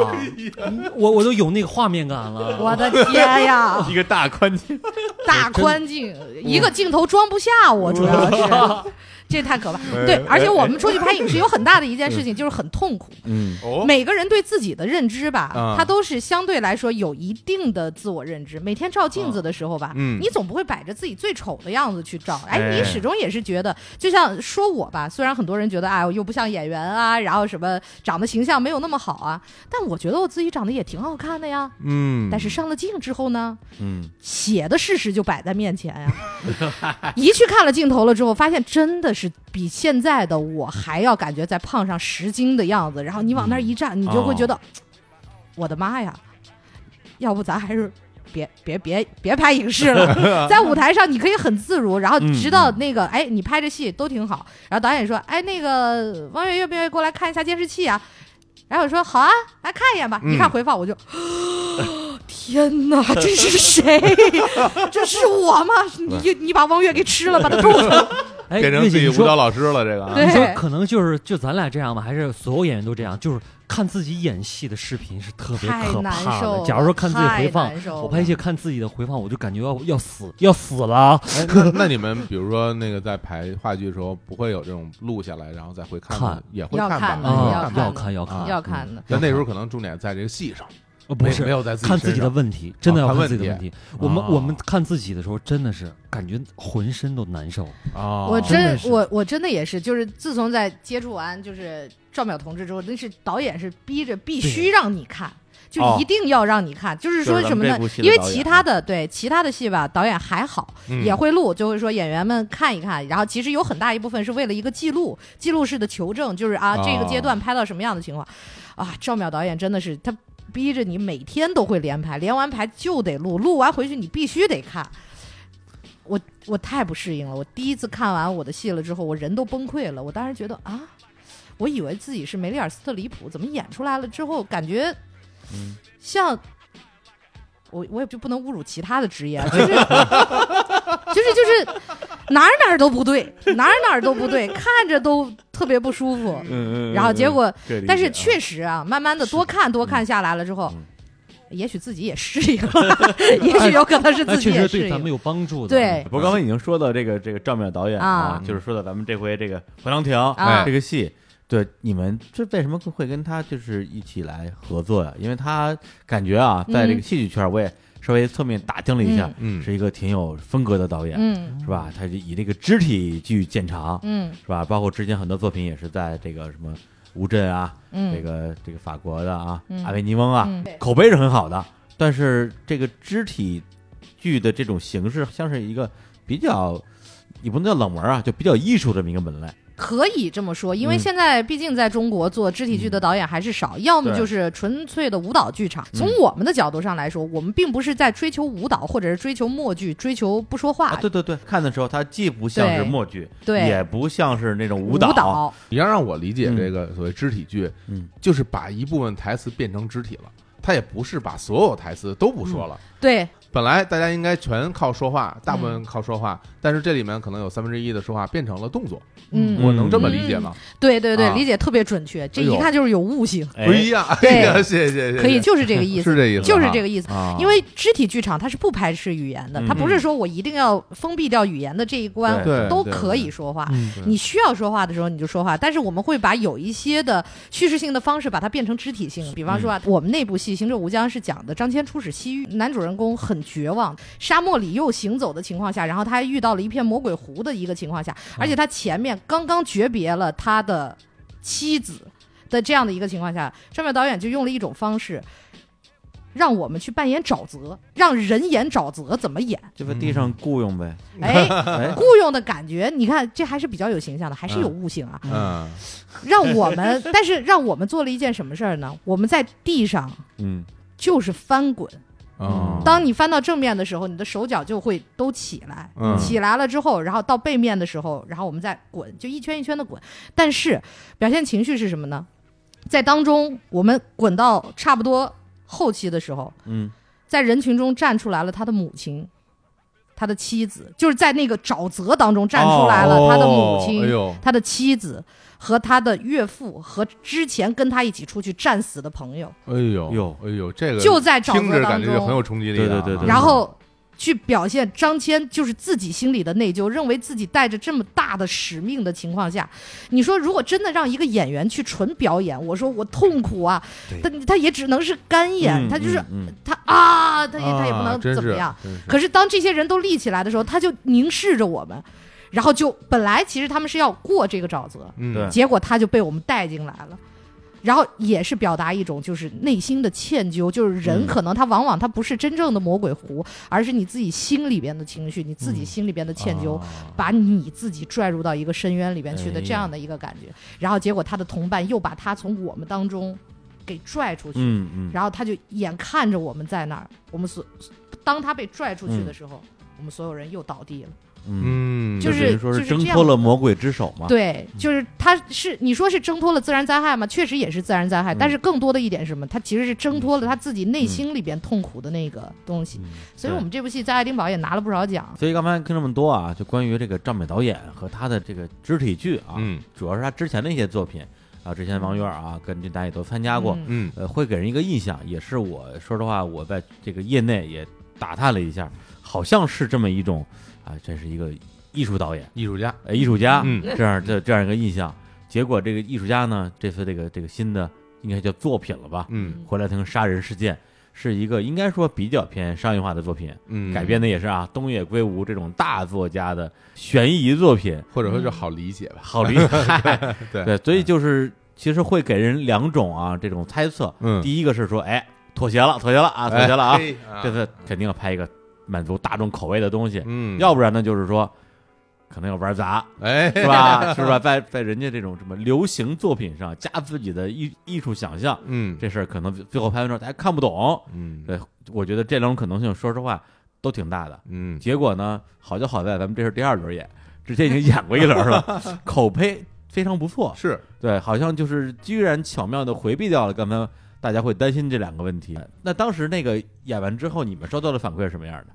我我都有那个画面感了。
我的天呀！
一个大宽镜，
哎
大宽镜，
嗯
一个镜头装不下我，主要 是这太可怕。
哎
对，而且我们出去拍影视有很大的一件事情就是很痛苦。
嗯，
哦，
每个人对自己的认知吧
啊，
他都是相对来说有一定的自我认知。每天照镜子的时候吧，
嗯
你总不会摆着自己最丑的样子去照。哎，
哎
你始终也是觉得，就像说我吧，虽然很多人觉得哎，我又不像演员啊，然后什么长得形象没有那么好啊，但我觉得我自己长得也挺好看的呀。
嗯，
但是上了镜之后呢，
嗯，
写的事实就摆在面前呀、一去看了镜头了之后，发现真的是比现在的我还要感觉再胖上十斤的样子。然后你往那儿一站，你就会觉得，我的妈呀！要不咱还是别别别别拍影 视了，在舞台上你可以很自如，然后
嗯
直到
嗯
那个、哎，你拍这戏都挺好。然后导演说，哎，那个王源愿不愿意过来看一下监视器啊？然后我说好啊，来看一眼吧。
嗯
一看回放，我就， 天哪，这是谁？ 这是我吗？ 你你把汪月给吃了，把他种了。
哎，
变成
月
自己
姐，你
舞蹈
说，
老师了，这个啊
对
你说可能就是就咱俩这样吧，还是所有演员都这样？就是看自己演戏的视频是特别
太
可
难
怕
受
的。
了
假如说看自己回
太
放
难，受了
我拍戏看自己的回放，我就感觉要要死要死了。
哎，那那你们比如说那个在排话剧的时候，不会有这种录下来然后再回看吗
看，
也会
要
吧
看？的
会
嗯要
啊
看，
要
的
看要看，嗯
要看的，
但那时候可能重点在这个戏上，
呃不
没
是
没有在自己
看自
身
己的
上
问题，真的
啊
要
看
看自己
问啊
的问题。我们我们看自己的时候，真的是感觉浑身都难受。
哦
啊
我
真
真
的是
我我真的也是，就是自从在接触完就是赵淼同志之后，那是导演是逼着必须让你看。就
哦
一定要让你看，就是
就是
说
咱
什么
们
呢
这部？戏的
因为
导演啊
其他的对其他的戏吧，导演还好，
嗯
也会录，就会说演员们看一看。然后其实有很大一部分是为了一个记录，记录式的求证，就是啊
哦
这个阶段拍到什么样的情况。啊，赵淼导演真的是他逼着你每天都会连排，连完排就得录，录完回去你必须得看。我我太不适应了，我第一次看完我的戏了之后，我人都崩溃了。我当时觉得啊，我以为自己是梅丽尔·斯特里普，怎么演出来了之后感觉
嗯
像。我我也就不能侮辱其他的职业， 就是就是就是哪儿哪儿都不对，哪儿哪儿都不对，看着都特别不舒服。
嗯
然后结果
这理解啊
但是确实啊，慢慢的多看多看下来了之后
嗯，
也许自己也适应了， 也许有可能是
那
自己
确
也
实
适
对咱们
应。
有帮助
嗯
的。
对
不过刚才已经说到这个这个赵淼导演
啊
就是说到咱们这回这个《回廊亭》
啊
这个戏，对你们这为什么会跟他就是一起来合作呀、因为他感觉啊，在这个
嗯
戏剧圈，我也稍微侧面打听了一下，
嗯
是一个挺有风格的导演，
嗯
是吧？他就以这个肢体剧见长，
嗯
是吧？包括之前很多作品也是在这个什么乌镇啊，
嗯，
这个这个法国的啊，
嗯
阿维尼翁啊，
嗯对
口碑是很好的，但是这个肢体剧的这种形式，像是一个比较，也不能叫冷门啊，就比较艺术这么一个门类。啊
可以这么说，因为
嗯
现在毕竟在中国做肢体剧的导演还是少，要么
对嗯
就是纯粹的舞蹈剧场。从我们的角度上来说，我们并不是在追求舞蹈，或者是追求默剧，追求不说话
啊，，对对对，看的时候它既不像是
对
默剧，
对
也不像是那种
舞
蹈，哎
你要让我理解
嗯
这个所谓肢体剧，
嗯，
就是把一部分台词变成肢体了，它也不是把所有台词都不说了。
对
本来大家应该全靠说话，大部
嗯
分靠说话，但是这里面可能有三分之一的说话变成了动作，
嗯
我能这么理解吗？
对对对，
啊
理解特别准确，这
哎呦
一看就是有悟性，
哎
不一样，哎呀，谢谢谢谢，
可以就是这 个意思
是。这意思，
就是这个意思，
啊，
因为肢体剧场它是不排斥语言的，
嗯
它不是说我一定要封闭掉语言的这一关，
对
对
都
对
可
对
以说话。
嗯，
你需要说话的时候你就说话，但是我们会把有一些的叙事性的方式把它变成肢体性，比方说啊，我们那部戏《行者无疆》是讲的张骞出使西域，男主人公很绝望，沙漠里又行走的情况下，然后他还遇到了一片魔鬼湖的一个情况下，而且他前面刚刚诀别了他的妻子的这样的一个情况下，上面导演就用了一种方式。让我们去扮演沼泽，让人演沼泽怎么演？
就在地上雇佣呗。
哎，
哎，
雇佣的感觉，你看这还是比较有形象的，还是有悟性啊。
嗯
让我 们，但是让我们做了一件什么事儿呢？我们在地上
嗯，
就是翻滚，
嗯，
哦
当你翻到正面的时候，你的手脚就会都起来，
嗯
起来了之后，然后到背面的时候，然后我们再滚，就一圈一圈的滚。但是表现情绪是什么呢？在当中，我们滚到差不多后期的时候，
嗯，
在人群中站出来了他的母亲，他的妻子，就是在那个沼泽当中站出来了他的母亲，
哦哎呦，
他的妻子和他的岳父和之前跟他一起出去战死的朋友，
哎呦，
哟
哎呦，这个
就在沼
听
泽
着
当
感觉就很
中，
有冲击力的啊，
对对对对
然后去表现张骞就是自己心里的内疚，认为自己带着这么大的使命的情况下，你说如果真的让一个演员去纯表演，我说我痛苦啊，他他 也只能是干演，
嗯
他就是
嗯嗯
他啊，他也
啊
他也不能
真
怎么
是
样。？
真是
可是当这些人都立起来的时候，他就凝视着我们，然后就本来其实他们是要过这个沼泽，
嗯
对
结果他就被我们带进来了。然后也是表达一种就是内心的歉疚，就是人
嗯
可能他往往他不是真正的魔鬼湖，而是你自己心里边的情绪，你自
嗯
己心里边的歉疚，
啊
把你自己拽入到一个深渊里边去的
哦哎呀
这样的一个感觉。然后结果他的同伴又把他从我们当中给拽出去，
嗯嗯，
然后他就眼看着我们在那儿，我们所当他被拽出去的时候，我们所有人又倒地了。
嗯，
嗯，
就是
等于说
就是
挣
这样
脱了魔鬼之手嘛。
对，就是他是你说是挣脱了自然灾害吗？确实也是自然灾害，
嗯
但是更多的一点是什么？他其实是挣脱了他自己内心里边痛苦的那个东西。
嗯
所以
对
我们这部戏在爱丁堡也拿了不少奖。
所以刚才听这么多啊，就关于这个赵美导演和他的这个肢体剧啊，
嗯
主要是他之前的一些作品啊，之前王源啊跟这大家也都参加过，
嗯
嗯
呃，会给人一个印象，也是我说实话，我在这个业内也打探了一下，好像是这么一种啊，这是一个艺术导演、
艺术家，
呃、艺术家、
嗯
这样这这样一个印象。结果这个艺术家呢，这次这个这个新的应该叫作品了吧，
嗯
回来听杀人事件》是一个应该说比较偏商业化的作品，
嗯，
改编的也是啊东野圭吾这种大作家的悬疑作 品，
或者说就好理解吧，
好厉害，
对嗯
对，所以就是其实会给人两种啊这种猜测，
嗯，
第一个是说，哎，妥协了，妥协了啊，妥协了啊，
哎，啊
这次肯定要拍一个满足大众口味的东西，
嗯，
要不然呢，就是说可能要玩 砸，
哎，
是吧？是吧？在在人家这种什么流行作品上加自己的艺艺术想象，
嗯
这事儿可能最后拍完之后大家看不懂。
嗯
对，我觉得这两种可能性，说实话都挺大的。
嗯，
结果呢，好就好在咱们这是第二轮演，之前已经演过一轮 了，口碑非常不错，
是
对，好像就是居然巧妙的回避掉了刚才大家会担心这两个问题。那当时那个演完之后，你们收到的反馈是什么样的？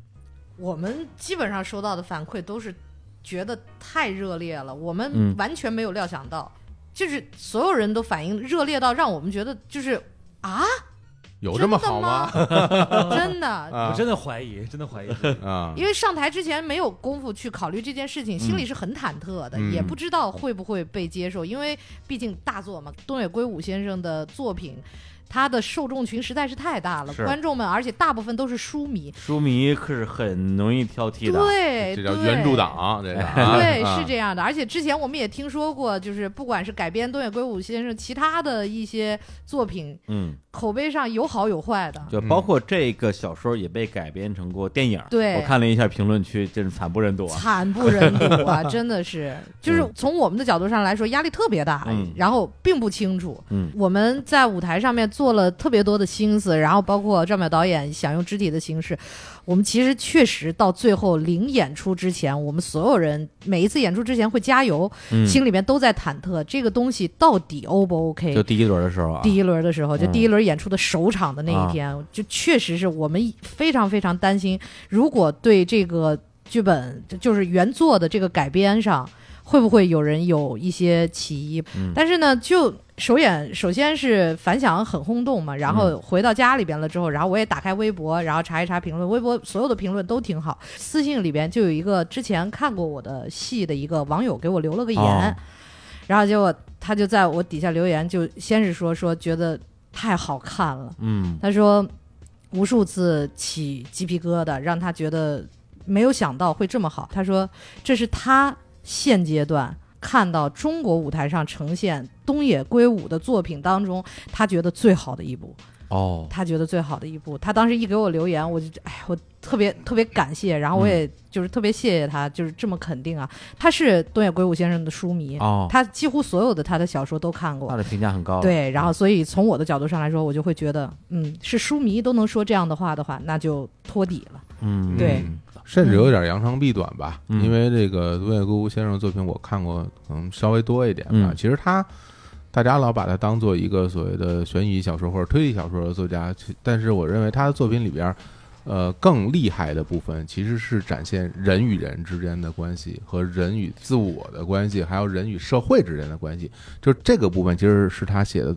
我们基本上收到的反馈都是觉得太热烈了，我
嗯
们完全没有料想到，就是所有人都反应热烈到让我们觉得就是啊，
有这
真
么
的
好吗？？
真的，
啊
我真的怀疑，真的怀疑自 己。
啊，
因为上台之前没有功夫去考虑这件事情，心里是很忐忑的，
嗯
也不知道会不会被接受，因为毕竟大作嘛，东野圭吾先生的作品。他的受众群实在是太大了，
是
观众们，而且大部分都是书迷，
书迷可是很容易挑剔的，嗯
对，
这叫
对
原著党，这个啊
对，
啊
是这样的。而且之前我们也听说过，就是不管是改编东野圭吾先生其他的一些作品，
嗯，
口碑上有好有坏的。
就包括这个小说也被改编成过电影。
对
我看了一下评论区，真是惨不忍睹啊！
惨不忍 睹啊！真的是，就是从我们的角度上来说，压力特别大，
嗯
然后并不清楚。
嗯
我们在舞台上面做了特别多的心思，然后包括赵淼导演想用肢体的形式，我们其实确实到最后临演出之前，我们所有人每一次演出之前会加油，
嗯，
心里面都在忐忑这个东西到底 O 不 OK。
就第一轮的时候啊，
第一轮的时候，就
嗯啊
第一轮演出的首场的那一天，就确实是我们非常非常担心，如果对这个剧本就是原作的这个改编上，会不会有人有一些歧义？
嗯
但是呢，就首演首先是反响很轰动嘛，然
嗯
后回到家里边了之后，然后我也打开微博，然后查一查评论，微博所有的评论都挺好。私信里边就有一个之前看过我的戏的一个网友给我留了个言，
哦
然后结果他就在我底下留言，就先是说说觉得太好看了，
嗯
他说无数次起鸡皮疙瘩，让他觉得没有想到会这么好。他说这是他现阶段看到中国舞台上呈现东野圭吾的作品当中，他觉得最好的一部。
哦，
他觉得最好的一部。他当时一给我留言，我就哎，我特别特别感谢，然后我也就是特别谢谢他，就是这么肯定啊。他是东野圭吾先生的书迷，
哦，
他几乎所有的他的小说都看过
他。的评价很高，
对，然后所以从我的角度上来说，我就会觉得，嗯，是书迷都能说这样的话的话，那就托底了。
嗯，
对
嗯，甚至有点扬长避短吧，
嗯
因为这个东野圭吾先生的作品我看过，可能稍微多一点吧。
嗯
其实他。大家老把他当做一个所谓的悬疑小说或者推理小说的作家，其但是我认为他的作品里边，呃，更厉害的部分其实是展现人与人之间的关系和人与自我的关系，还有人与社会之间的关系。就这个部分其实是他写的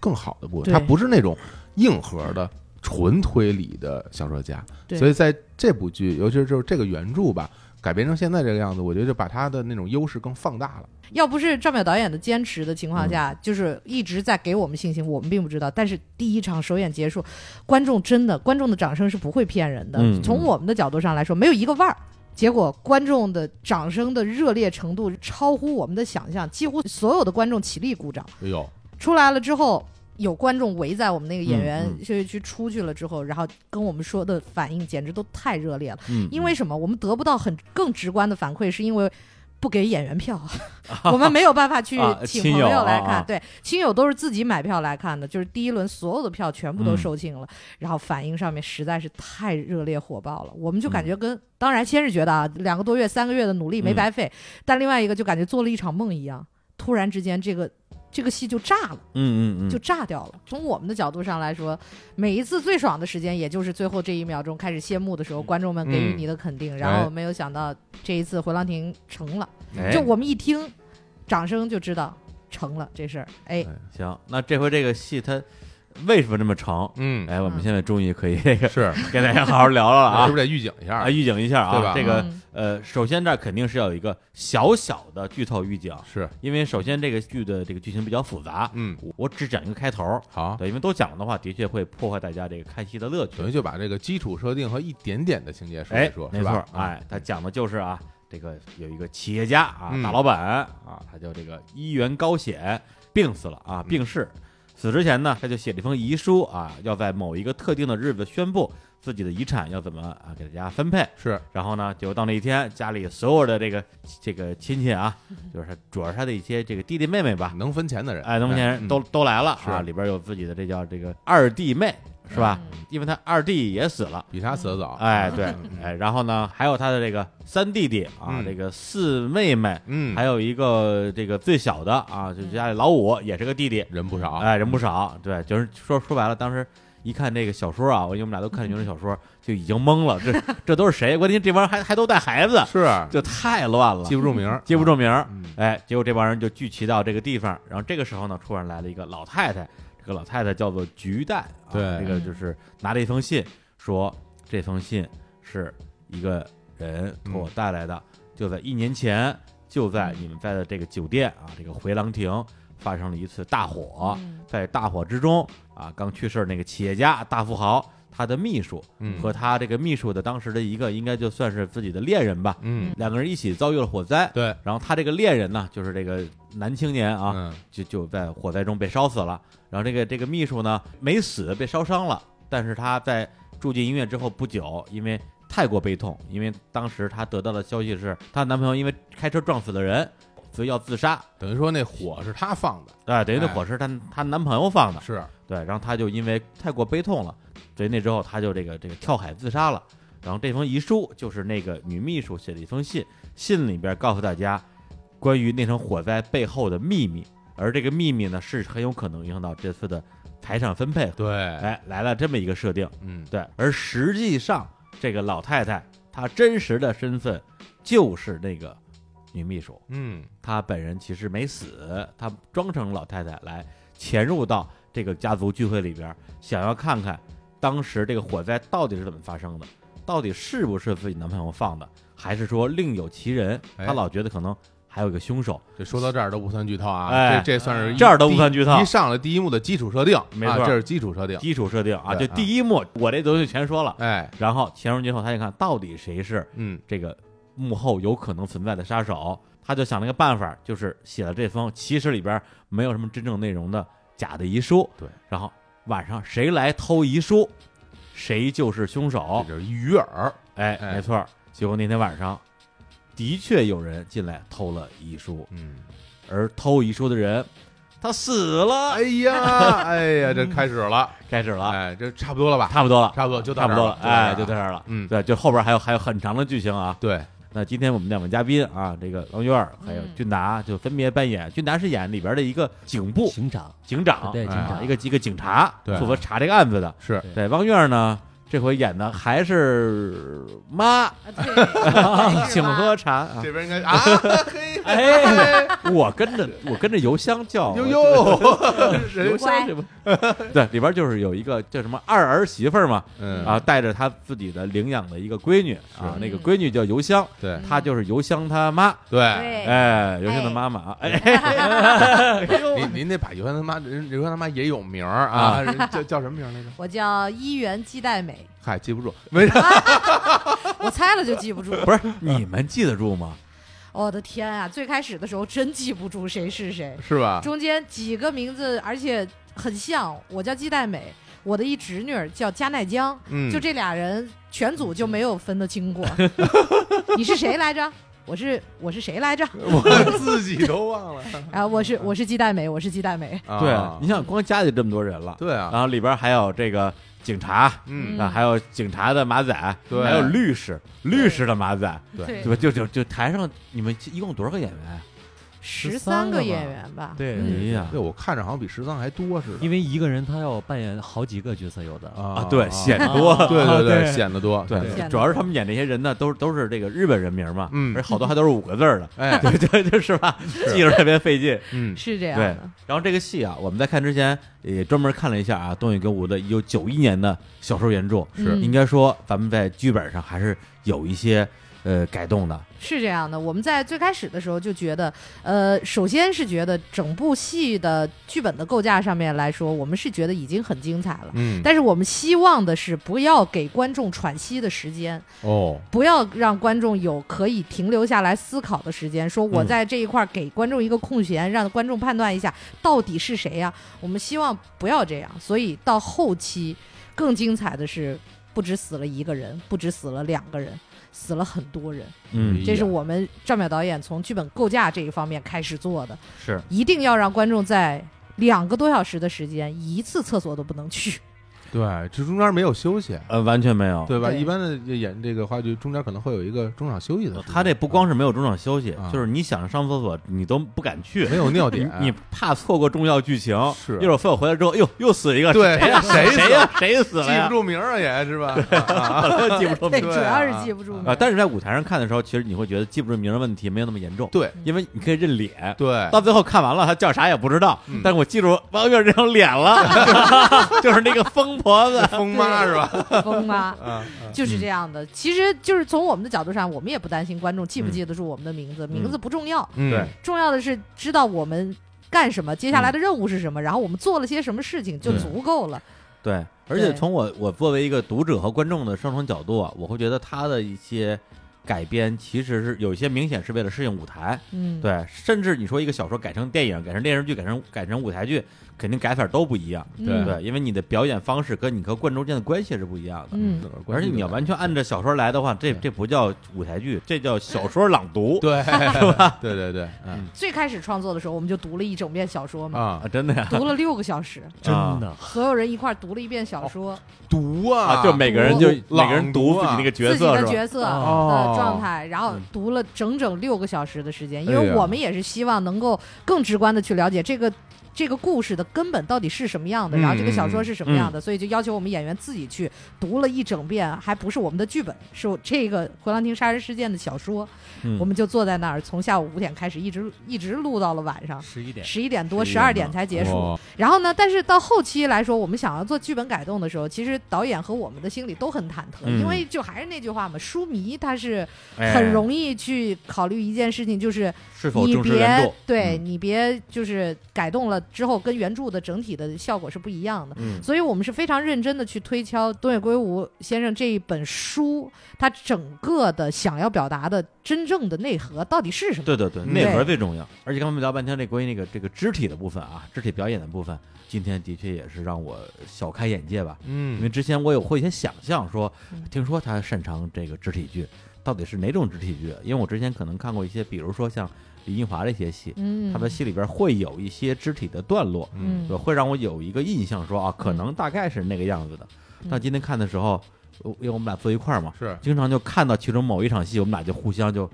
更好的部分，
对
他不是那种硬核的纯推理的小说家。
对
所以在这部剧，尤其是就是这个原著吧，改编成现在这个样子，我觉得就把他的那种优势更放大了。
要不是赵淼导演的坚持的
嗯
情况下，就是一直在给我们信心，我们并不知道。但是第一场首演结束，观众真的观众的掌声是不会骗人的。
嗯嗯
从我们的角度上来说，没有一个腕儿。结果观众的掌声的热烈程度超乎我们的想象，几乎所有的观众起立鼓掌。
哎呦，
出来了之后，有观众围在我们那个演员
嗯嗯
休息区出去了之后，然后跟我们说的反应简直都太热烈了。
嗯，
因为什么？我们得不到很更直观的反馈，是因为。不给演员 票，我们没有办法去
啊
请
亲
朋
友
友来
啊啊
看。对，亲友都是自己买票来看的，就是第一轮所有的票全部
嗯
都售罄了，然后反应上面实在是太热烈火爆了，我们就感觉跟当然先是觉得啊，两个多月、三个月的努力没
嗯
白费，但另外一个就感觉做了一场梦一样，突然之间这个这个戏就炸了。
嗯嗯嗯，
就炸掉了。从我们的角度上来说，每一次最爽的时间，也就是最后这一秒钟开始谢幕的时候，观众们给予
嗯
你的肯定。然后没有想到这一次回廊亭成了，
哎
就我们一听掌声就知道成了这事儿。哎，
行，那这回这个戏它为什么这么长？
嗯，
哎，我们
嗯
现在终于可以 这个
是，
跟大家好好聊聊了
是
啊
不是得预警一下
啊，？预警一下啊，
对吧
这个
嗯
呃，首先这儿肯定是要有一个小小的剧透预警，
是，
因为首先这个剧的这个剧情比较复杂，
嗯，
我我只讲一个开头，
好，
对，因为都讲了的话，的确会破坏大家这个看戏的乐趣
等。于就把这个基础设定和一点点的情节说
哎
一，说，
没
是
错
吧？，啊
哎，他讲的就是啊，这个有一个企业家啊，
嗯
大老板啊，他叫这个一元高显病死了
嗯
啊，病逝。死之前呢，他就写了一封遗书啊，要在某一个特定的日子宣布自己的遗产要怎么啊给大家分配。
是，
然后呢，就到那一天，家里所有的这个这个亲戚 啊，就是他主要是他的一些这个弟弟妹妹吧，
能分钱的人，
哎，农民人
嗯
都都来了啊，
是
里边有自己的这叫这个二弟妹是吧？
嗯
因为他二弟也死了。
比他死的早，
哎， 对
嗯，
哎，然后呢，还有他的这个三弟弟啊，
嗯
这个四妹妹，
嗯，
还有一个这个最小的啊，就家里老五也是个弟弟，
人不少，
哎，人不少，对，就是说说白了，当时一看这个小说啊，我因为我们俩都看原著小说，就已经懵了，这 这都是谁？关键这帮人还还都带孩子，
是啊
就太乱了，
记不住名儿，
记不住名儿，
嗯，
哎，结果这帮人就聚集到这个地方，然后这个时候呢，突然来了一个老太太，这个老太太叫做菊蛋，啊、
对
这个就是拿着一封信，说这封信是一个人给我带来的，就在一年前，就在你们在的这个酒店啊，这个回廊亭发生了一次大火，
嗯
在大火之中啊，刚去世那个企业家大富豪。他的秘书
嗯
和他这个秘书的当时的一个应该就算是自己的恋人吧，
嗯，
两个人一起遭遇了火灾，
对，
然后他这个恋人呢，就是这个男青年啊，
嗯，
就就在火灾中被烧死了。然后这个这个秘书呢，没死，被烧伤了，但是他在住进医院之后不久，因为太过悲痛，因为当时她得到的消息是她男朋友因为开车撞死了人，所以要自杀。
等于说那火是他放的，
啊，等于那
哎
火是她她男朋友放的，
是，
对，然后她就因为太过悲痛了，所以那之后她就这个这个跳海自杀了。然后这封遗书就是那个女秘书写的一封信，信里边告诉大家关于那场火灾背后的秘密，而这个秘密呢是很有可能影响到这次的财产分配。
对，
哎，来了这么一个设定，
嗯，
对，而实际上这个老太太她真实的身份就是那个女秘书，
嗯，
她本人其实没死，她装成老太太来潜入到这个家族聚会里边，想要看看当时这个火灾到底是怎么发生的，到底是不是自己男朋友放的，还是说另有其人？
哎
她老觉得可能还有一个凶手，
这说到这儿都不算剧透啊，
哎
这这算是一
这儿都不算剧透
一上来第一幕的基础设定，
没错
啊这是基础设定。
基础设定啊，就
对
第一幕我这东西全说了，
哎，
然后前入之后，她一看到底谁是
嗯，
这个幕后有可能存在的杀手，她就想了一个办法，就是写了这封其实里边没有什么真正内容的假的遗书，
对，
然后晚上谁来偷遗书，谁就是凶手。
这就是一鱼饵，
哎，
哎
没错儿。结果那天晚上，的确有人进来偷了遗书，
嗯，
而偷遗书的人他死了。
哎呀，哎呀，这开始了，
开始了，
哎，这差不多了吧？
差不多了，
差不多就到
差不多
这儿
了
了，啊
哎，就
就到
到这儿了。
嗯
对，就后边还有还有很长的剧情啊。
对，
那今天我们两位嘉宾啊，这个王娟儿还有
嗯
俊达，就分别扮演俊达是演里边的一个警部
警长，
警长，
对，警
哎
啊
长
一个一个警察，
对
负责查这个案子的。
是
对
对，汪院呢，这回演的还是妈，
啊对
请喝
是吧
茶啊。
这边应该啊， 嘿，
哎， 我跟着我跟着邮箱叫，
呦 呦，
邮
人
箱这不， 对，里边就是有一个叫什么二儿媳妇儿嘛，
嗯
啊，，带着她自己的领养的一个闺女啊，
是
那个闺女叫邮箱，
对
她就是邮箱他妈，
对，
对，
哎，邮箱的妈妈啊，哎，
哎
您您得把尤安他妈，人尤安他妈也有名儿 啊，人叫叫什么名儿来着？
我叫一元鸡代美，
嗨，记不住，没事，
我猜了就记不住。
不是你们记得住吗？
我的天啊！最开始的时候真记不住谁是谁，
是吧？
中间几个名字，而且很像。我叫季代美，我的一侄女儿叫加奈江，
嗯，
就这俩人全组就没有分得清过。你是谁来着？我是我是谁来着？
我自己都忘了。
啊，我是我是季代美，我是季代美。
啊
对，你想光家里这么多人了，
对啊，
然后里边还有这个警察，
嗯，
啊，还有警察的马仔，
对
还有律师，律师的马仔，
对
对吧？就就就台上你们一共多少个演员？
十
13
三
个吧
个演员吧。嗯
哎
对
呀
对，，我看着好像比十三还多似的
因为一个人他要扮演好几个角色，有的
啊，
啊
对，显
啊
多，
对
啊
对
对
显得多，
对
显得
对
主要是他们演这些人呢，都都是这个日本人名嘛，
嗯
而且好多还都是五个字儿的，
哎，
对对对，是吧？记着特别费劲。
嗯，
是这样
对
的。，
然后这个戏啊，我们在看之前也专门看了一下啊，东野圭吾的一九九一年的小说原著，
是
嗯
应该说咱们在剧本上还是有一些呃改动的，
是这样的，我们在最开始的时候就觉得，呃，首先是觉得整部戏的剧本的构架上面来说，我们是觉得已经很精彩了。
嗯，
但是我们希望的是，不要给观众喘息的时间，
哦，
不要让观众有可以停留下来思考的时间。说我在这一块儿给观众一个空闲，让观众判断一下到底是谁呀、我们希望不要这样，所以到后期更精彩的是，不止死了一个人，不止死了两个人，死了很多人。
嗯，
这是我们赵淼导演从剧本构架这一方面开始做的，
是
一定要让观众在两个多小时的时间一次厕所都不能去。
对，这中间没有休息，啊
呃完全没有，
对吧？
对
一般的演这个话剧，中间可能会有一个中场休息的时间，
哦他这不光是没有中场休息，
啊
就是你想上厕所，你都不敢去，
没有尿
你
点，
你怕错过重要剧情。
是
一会儿飞我回来之后，哟，又死一个，
对
谁呀？
谁
谁呀？谁死了
记不
呀？
住名儿啊也 是吧？啊
记不住
对，
名
主
对
要
啊
是记不住
哦 啊！但是在舞台上看的时候，其实你会觉得记不住名儿问题没有那么严重，
对
因为你可以认脸。
对，
到最后看完了，他叫啥也不知道，
嗯
但是我记住王月这张脸了， 就是那个疯婆子。
疯妈是吧？
疯妈。
啊，
嗯
就是这样的，其实就是从我们的角度上，我们也不担心观众记
嗯
不记得住我们的名字，名字不重要，
嗯
对，
重要的是知道我们干什么，接下
嗯
来的任务是什么，然后我们做了些什么事情就
对
足够了。
对，而且
对
从我我作为一个读者和观众的双重角度啊，我会觉得他的一些改编其实是有一些明显是为了适应舞台，
嗯，
对，甚至你说一个小说改成电影、改成电视剧、改成改成舞台剧，肯定改法都不一样。
对
嗯，
对，因为你的表演方式跟你和观众之间的关系是不一样的。
嗯，
而且你要完全按照小说来的话，这
对
这不叫舞台剧，这叫小说朗读。
对，是吧？ 对对对，嗯
最开始创作的时候，我们就读了一整遍小说嘛，
啊
啊，，真的 呀，
读了六个小时，
真
啊
的
所有人一块儿读了一遍小
哦
说，
读啊，
啊，就每个人就每
朗
个人读自
读啊
己那个角
自己
色
的
是吧？
角色
哦
的呃状态，然后
嗯
读了整整六个小时的时间，因
哎
为
呀
我们也是希望能够更直观的去了解这个。这个故事的根本到底是什么样的？
嗯
然后这个小说是什么样的？所以就要求我们演员自己去读了一整遍，还不是我们的剧本，是我这个《回廊亭杀人事件》的小说。
嗯
我们就坐在那儿，从下午五点开始，一直一直录到了晚上
十一点
十一点多、
11
十二点才结束。
哦
然后呢，但是到后期来说，我们想要做剧本改动的时候，其实导演和我们的心里都很忐忑，
嗯
因为就还是那句话嘛，书迷他是
哎
很容易去考虑一件事情，就是
是否
你
正式原
别
著？嗯
对你别就是改动了之后跟原著的整体的效果是不一样的。
嗯
所以我们是非常认真的去推敲东野圭吾先生这一本书，他整个的想要表达的真正的内核到底是什么？
对对对，
嗯
内核最重要。而且刚才我们聊半天这关于那个这个肢体的部分啊，肢体表演的部分，今天的确也是让我小开眼界吧。因为
嗯，
之前我有过一些想象说，
嗯
听说他擅长这个肢体剧，到底是哪种肢体剧？因为我之前可能看过一些，比如说像李映华的一些戏，
嗯，
他的戏里边会有一些肢体的段落，
嗯
对，会让我有一个印象说啊，可能大概是那个样子的。
嗯
但今天看的时候，我因为我们俩坐一块儿嘛，
是
经常就看到其中某一场戏，我们俩就互相就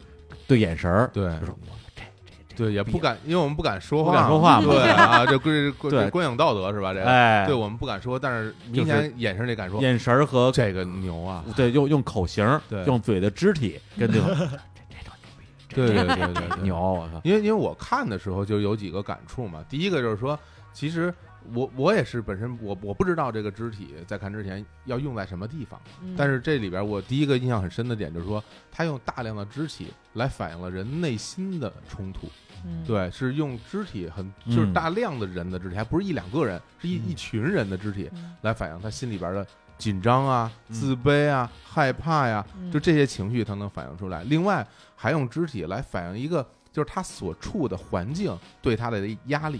对眼神儿，
对
就说我这这
对，也不敢，因为我们不敢说
不
话，
敢说话嘛
对啊，这归归
对
这观影道德是吧？这
这，
个，
哎，
对我们不敢说，但是明
就是
显眼神里敢说，
眼神儿 和
这个牛啊，
对用用口型儿，
对
用嘴的肢体跟对方 这这种
对对对对 对，
牛，我操，
因为因为我看的时候就有几个感触嘛，第一个就是说，其实我我也是本身我我不知道这个肢体在看之前要用在什么地方，
嗯
嗯
但是这里边我第一个印象很深的点就是说，他用大量的肢体来反映了人内心的冲突，
嗯，
对，是用肢体很就是
嗯
大量的人的肢体，还不是一两个人，是一、
嗯
一群人的肢体
嗯
来反映他心里边的紧张啊、
嗯
自卑啊、害怕呀、
嗯
就这些情绪他能反映出来。另外还用肢体来反映一个，就是他所处的环境对他的压力。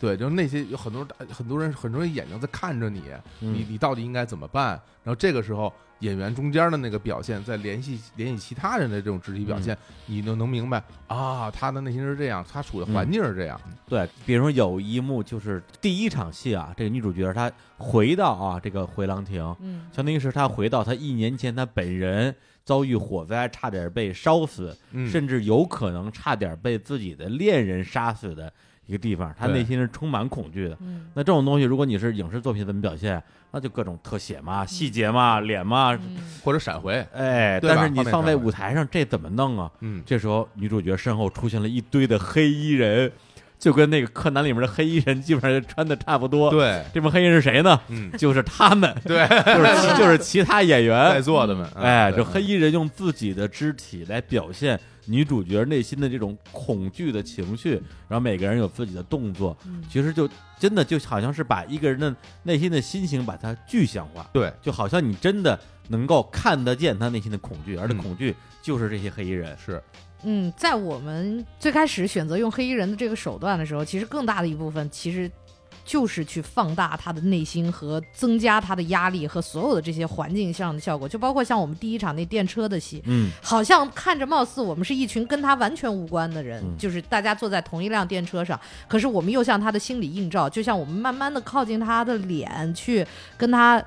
对，就是那些有很多人很多人很多人眼睛在看着你，你
嗯
你到底应该怎么办？然后这个时候演员中间的那个表现，再联系联系其他人的这种肢体表现，你就能明白啊，他的内心是这样，他处的环境是这样。
对，比如说有一幕就是第一场戏啊，这个女主角她回到啊这个回廊亭，
嗯
相当于是她回到她一年前她本人遭遇火灾，差点被烧死，
嗯，
甚至有可能差点被自己的恋人杀死的一个地方，她
对
内心是充满恐惧的。
嗯
那这种东西，如果你是影视作品怎么表现，那就各种特写嘛、细节嘛、脸嘛，
嗯
或者闪回，
哎，
对吧
但是你
画面
放在
上
舞台上，这怎么弄啊？
嗯，
这时候女主角身后出现了一堆的黑衣人，就跟那个柯南里面的黑衣人基本上穿的差不多。，
对，
这帮黑衣人是谁呢？
嗯，
就是他们，
对，
就是 其 就是其他演
在
员。
座的们，嗯
哎，
对
这黑衣人用自己的肢体来表现女主角内心的这种恐惧的情绪，然后每个人有自己的动作，
嗯
其实就真的就好像是把一个人的内心的心情把它具象化，
对，
就好像你真的能够看得见他内心的恐惧，而这
嗯
恐惧就是这些黑衣人。
是，
嗯，在我们最开始选择用黑衣人的这个手段的时候，其实更大的一部分其实。就是去放大他的内心和增加他的压力和所有的这些环境上的效果，就包括像我们第一场那电车的戏，
嗯，
好像看着貌似我们是一群跟他完全无关的人，
嗯
就是大家坐在同一辆电车上，可是我们又像他的心理映照，就像我们慢慢的靠近他的脸去跟他。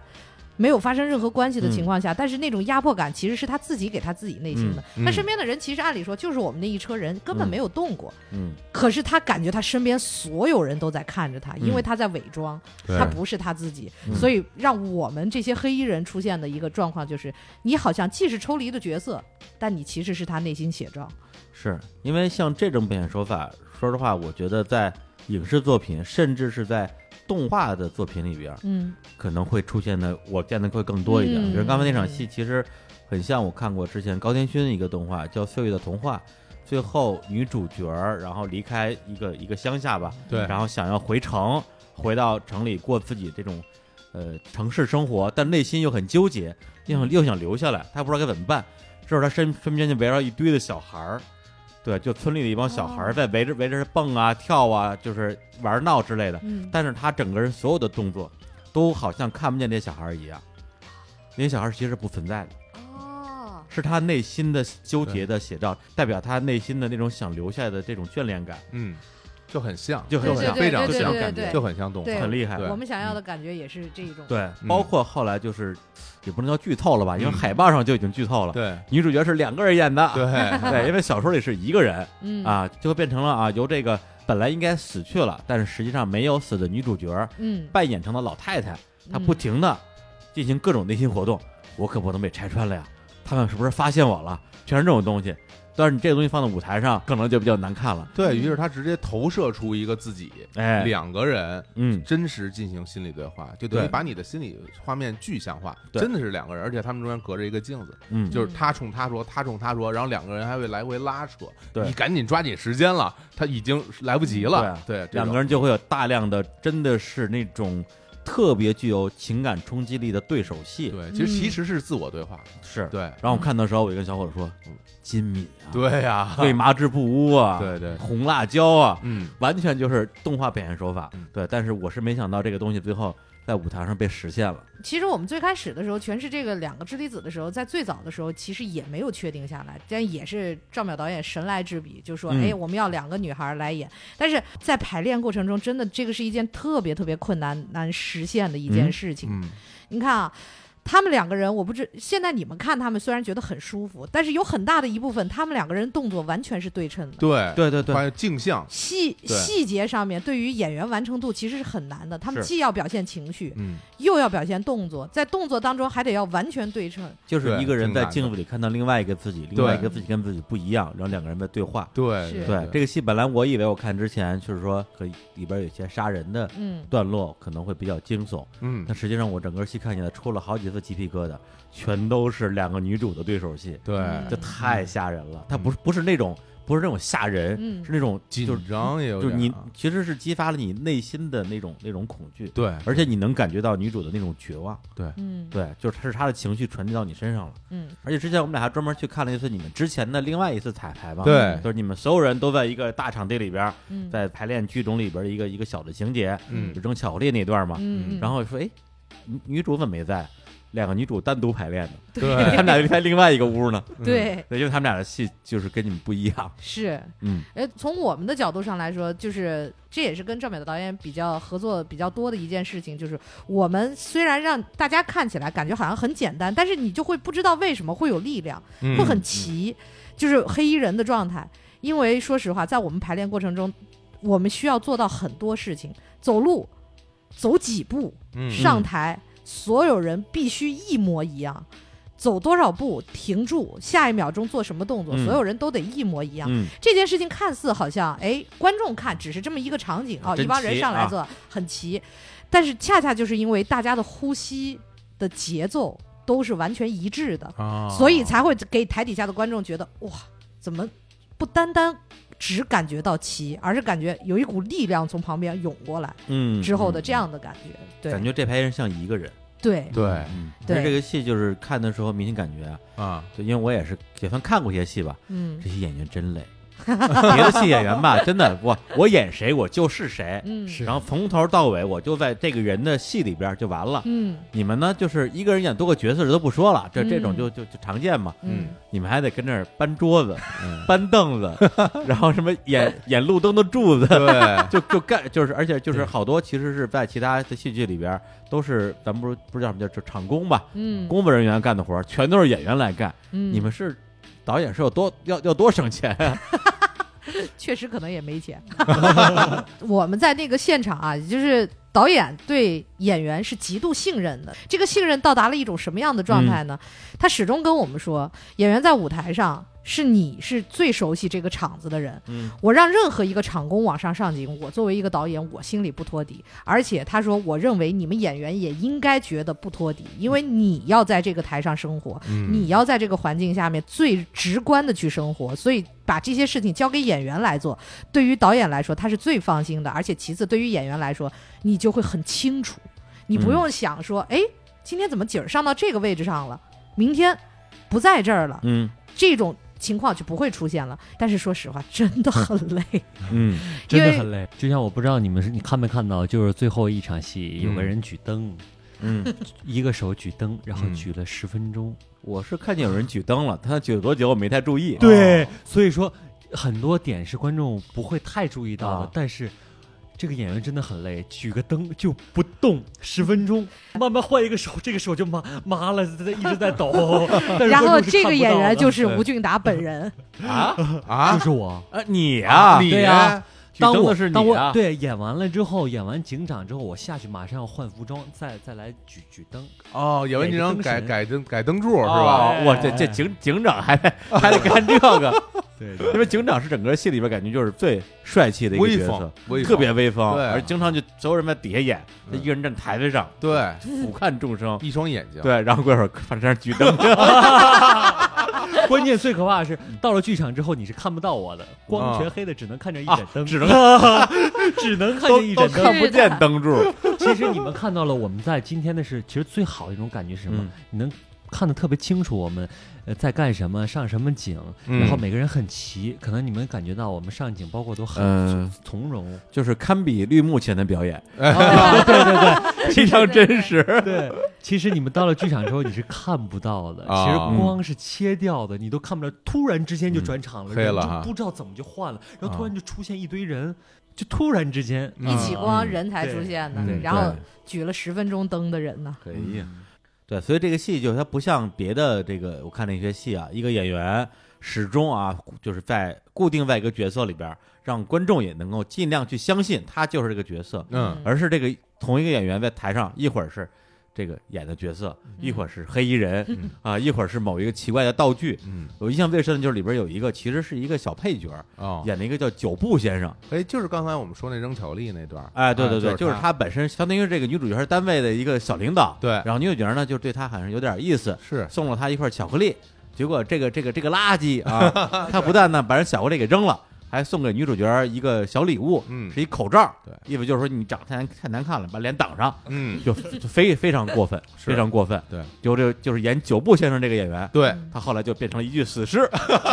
没有发生任何关系的情况下，但是那种压迫感其实是他自己给他自己内心的。
嗯嗯嗯
他身边的人其实按理说就是我们那一车人，根本没有动过。
嗯，
可是他感觉他身边所有人都在看着他，
嗯
因为他在伪装，
对
他不是他自己，
嗯
所以让我们这些黑衣人出现的一个状况就是，你好像既是抽离的角色，但你其实是他内心写照。
是因为像这种表现手法，说实话，我觉得在影视作品，甚至是在动画的作品里边，
嗯
可能会出现的，我见的会更多一点。
嗯
比如刚才那场戏，其实很像我看过之前高天勋一个动画叫《岁月的童话》，最后女主角儿然后离开一个一个乡下吧，
对，
然后想要回城，回到城里过自己这种呃城市生活，但内心又很纠结，又
嗯
想又想留下来，他不知道该怎么办。这时候他身身边就围绕一堆的小孩儿，对，就村里的一帮小孩儿
哦
在围着围着他蹦啊跳啊，就是玩闹之类的。
嗯
但是他整个人所有的动作都好像看不见这些小孩儿一样，那些小孩儿其实是不存在的，
哦，
是他内心的纠结的写照，代表他内心的那种想留下来的这种眷恋感，
嗯，就很像，
就很
对
像
对
非常
就
对
这
像
种
对
感
对
觉
对
就很像动画，
对
很厉害。
我们想要的感觉也是这一种。
对，
嗯
包括后来就是也不能叫剧透了吧，因为海报上就已经剧透了。
对
女主角是两个人演 的，
对
对，因为小说里是一个人
嗯，
啊，就会变成了啊，由这个本来应该死去了，但是实际上没有死的女主角
嗯，
扮演成了老太太，她不
嗯
停的进行各种内心活动，我可不能被拆穿了呀。他们是不是发现我了？全是这种东西。但是你这个东西放在舞台上，可能就比较难看了。
对于是他直接投射出一个自己，
哎，
两个人
嗯，
真实进行心理对话，就等于
对
把你的心理画面具象化，
对
真的是两个人，而且他们中间隔着一个镜子，
嗯，
就是他冲他说，他冲他说，然后两个人还会来回拉扯，
对
你赶紧抓紧时间了，他已经来不及了，对，这
两
种
个人就会有大量的，真的是那种特别具有情感冲击力的对手戏。
对，其实
嗯
其实是自我对话，
是。
对，
然后我看的时候，我就跟小伙子说：“金米啊，
嗯对呀，
为麻之不污啊，
对对，
红辣椒啊，
嗯，
完全就是动画表现手法
嗯。
对，但是我是没想到这个东西最后在舞台上被实现
嗯
了。
其实我们最开始的时候，全是这个两个支离子的时候，在最早的时候，其实也没有确定下来，但也是赵淼导演神来之笔，就说：“
嗯
哎，我们要两个女孩来演。”但是在排练过程中，真的这个是一件特别特别困难、难实现的一件
嗯
事情。
嗯，
你看啊，他们两个人，我不知现在你们看他们虽然觉得很舒服，但是有很大的一部分，他们两个人动作完全是对称的。
对，
对对对
发，现镜像，
细
对
细节上面，对于演员完成度其实是很难的。他们
是
既要表现情绪，
嗯，
又要表现动作，在动作当中还得要完全对称。
就是
对
一个人
挺
在
难的
镜子里看到另外一个自己，另
对
外一个自己跟自己不一样，然后两个人在对话。
对
是
对，这个戏本来我以为我看之前就是说，可以里边有一些杀人的
嗯，
段落可能会比较惊悚，
嗯
但，实际上我整个戏看起来出了好几次鸡皮疙瘩，全都是两个女主的对手戏，
对
嗯，
这太吓人了。
嗯
它不是不是那种不是那种吓人，
嗯
是那种就是
紧张也有
就是
点
你
啊
其实是激发了你内心的那种那种恐惧，
对，
而且你能感觉到女主的那种绝望，
嗯，
对，就是她是她的情绪传递到你身上了。
嗯，
而且之前我们俩还专门去看了一次你们之前的另外一次彩排嘛，
对
就是你们所有人都在一个大场地里边，
嗯，
在排练剧种里边的一个一个小的情节，
嗯
就扔巧克力那段嘛，
嗯，嗯，
然后说哎，女女主怎么没在？两个女主单独排练呢，
嗯
对，
他们俩在另外一个屋呢。
嗯，
对，
对，因为他们俩的戏就是跟你们不一样。
是，
嗯，
呃，从我们的角度上来说，就是这也是跟赵淼导演比较合作比较多的一件事情，就是我们虽然让大家看起来感觉好像很简单，但是你就会不知道为什么会有力量，
嗯
会很奇，就是黑衣人的状态。因为说实话，在我们排练过程中，我们需要做到很多事情，走路，走几步，
嗯
上台，所有人必须一模一样，走多少步，停住，下一秒钟做什么动作，
嗯
所有人都得一模一样。
嗯，
这件事情看似好像，哎，观众看只是这么一个场景啊，
真
一帮人
齐
上来
啊
做、很齐，但是恰恰就是因为大家的呼吸的节奏都是完全一致的，
啊，
哦
所以才会给台底下的观众觉得哇，怎么不单单只感觉到齐，而是感觉有一股力量从旁边涌过来
嗯
之后的
嗯
这样的感觉。对，
感觉这排人像一个人。
对，
对
嗯，
对
但是这个戏就是看的时候明显感觉啊，
啊，
就因为我也是也算看过一些戏吧，
嗯
这些演员真累。别的戏演员吧，真的我我演谁我就是谁，
嗯
是
然后从头到尾我就在这个人的戏里边就完了。
嗯
你们呢，就是一个人演多个角色这都不说了，这这种
嗯
就就就常见嘛。
嗯
你们还得跟那儿搬桌子、搬凳子，然后什么演演路灯的柱子，
对
就就干就是，而且就是好多其实是在其他的戏剧里边都是咱们不是不是叫什么叫就场工吧，
嗯，
工作人员干的活儿全都是演员来干。
嗯
你们是导演是有多要要多省钱？啊
确实可能也没钱。 我们在那个现场啊，就是导演对演员是极度信任的。这个信任到达了一种什么样的状态呢？他始终跟我们说，演员在舞台上是你是最熟悉这个场子的人。
嗯
我让任何一个场工往上上紧，我作为一个导演，我心里不托底。而且他说，我认为你们演员也应该觉得不托底，因为你要在这个台上生活，
嗯
你要在这个环境下面最直观的去生活，所以把这些事情交给演员来做，对于导演来说他是最放心的，而且其次对于演员来说，你就会很清楚，你
嗯
不用想说，哎、今天怎么景儿上到这个位置上了，明天不在这儿了，
嗯
这种情况就不会出现了。但是说实话，真的很累，
嗯
因
真的
为
很累。
就像我不知道你们是你看没看到，就是最后一场戏有个
嗯
人举灯，
嗯，
一个手举灯，然后
嗯
举了十分钟。
我是看见有人举灯了，他举了多久我没太注意。
对，所以说很多点是观众不会太注意到的，
啊
但是。这个演员真的很累，举个灯就不动十分钟，慢慢换一个手， 这个手就麻麻了，一直 在抖。但是
然
观众
后
是
这
看
个
不
演
到
员
的
就是吴俊达本人，
啊
啊
就是我，
啊你啊
你
对呀
呀，
就
当
当
我
我
是
当
你
我
啊，
对演完了之后，演完警长之后，我下去马上要换服装，再再来举举灯。
哦，演完这张改
哪个灯神
改灯改灯柱是吧？
哦哇，这这警警长还得还得干这个，
对
因为警长是整个戏里边感觉就是最帅气的一个
威
角
风
色，，
威风
特别威风，
对
而经常就所有人在底下演，他一个人站台子上
对，
俯瞰众生，
一双眼睛，
对，然后过一会儿反身举灯，
关键最可怕的是，
嗯
到了剧场之后你是看不到我的，光全黑的，只能看见一盏灯，
啊只 能
只能看
都
见一
都
盏灯。
看不见灯柱，
其实你们看到了，我们在今天的是，其实最好的一种感觉是什么？
嗯
你能看得特别清楚，我们呃在干什么，上什么景，
嗯
然后每个人很齐。可能你们感觉到我们上景，包括都很
嗯
呃
从容。
就是堪比绿幕前的表演，
啊对对对，
非常真实。
对，其实你们到了剧场之后你是看不到的，
啊
其实光是切掉的你都看不着，突然之间就转场了，
嗯黑
人
了
就
哈
不知道怎么就换了，然
啊
后突然就出现一堆人，就突然之间
嗯
一起光
嗯
人才
对
出现的
嗯，
然后举了十分钟灯的人呢，
哎呀，对，所以这个戏就是它不像别的这个，我看那些戏啊，一个演员始终啊，就是在固定在一个角色里边儿，让观众也能够尽量去相信他就是这个角色，
嗯
而是这个同一个演员在台上一会儿是。这个演的角色，一会儿是黑衣人、
嗯
啊，一会儿是某一个奇怪的道具。
嗯
我印象最深的就是里边有一个其实是一个小配角儿，
哦，
演了一个叫九步先生。
哎，就是刚才我们说那扔巧克力那段儿，
哎，对对对，
啊
就是，他本身相当于这个女主角单位的一个小领导，
对
然后女主角呢，就对他好像有点意思，
是
送了他一块巧克力，结果这个这个这个垃 圾啊，他不但呢把人巧克力给扔了，还送给女主角一个小礼物，
嗯
是一口罩，
对
意思就是说你长得太难太难看了，把脸挡 上，
嗯，
就就非非常过分，
是
非常过分，
对
就这就是演九部先生这个演员。
对，
嗯
他后来就变成了一具死尸，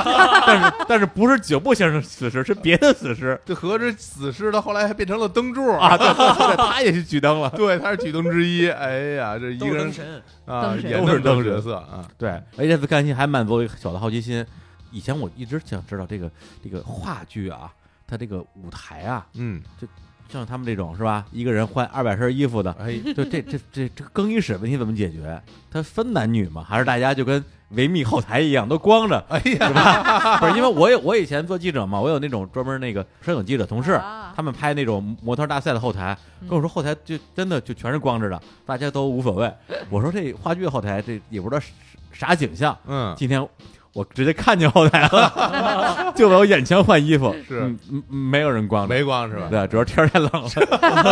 但是但是不是九部先生死尸，是别的死尸
这合着死尸到后来还变成了灯柱
啊！ 对对对，他也去举灯了。
对，他是举灯之一。哎呀，这一个
都是
人
灯神。
啊，
灯神
演
都是
这么
灯
多角
神
色啊，
对，而且这次看戏还满足我一个小的好奇心。以前我一直想知道这个这个话剧啊，它这个舞台啊，
嗯，
像他们这种是吧，一个人换二百身衣服 的，
哎，
就这这这这个更衣室问题怎么解决？它分男女吗？还是大家就跟维密后台一样都光着？
哎呀，
不是，因为我有我以前做记者嘛，我有那种专门那个摄影记者同事，
啊
他们拍那种模特大赛的后台，跟我说后台就真的就全是光着的，大家都无所谓。我说这话剧后台这也不知道是啥景象。
嗯，
今天我直接看见后台了， 就在我眼前换衣服，
是
嗯嗯嗯没有人光着，
没光 是吧？
对，主要天儿太冷了。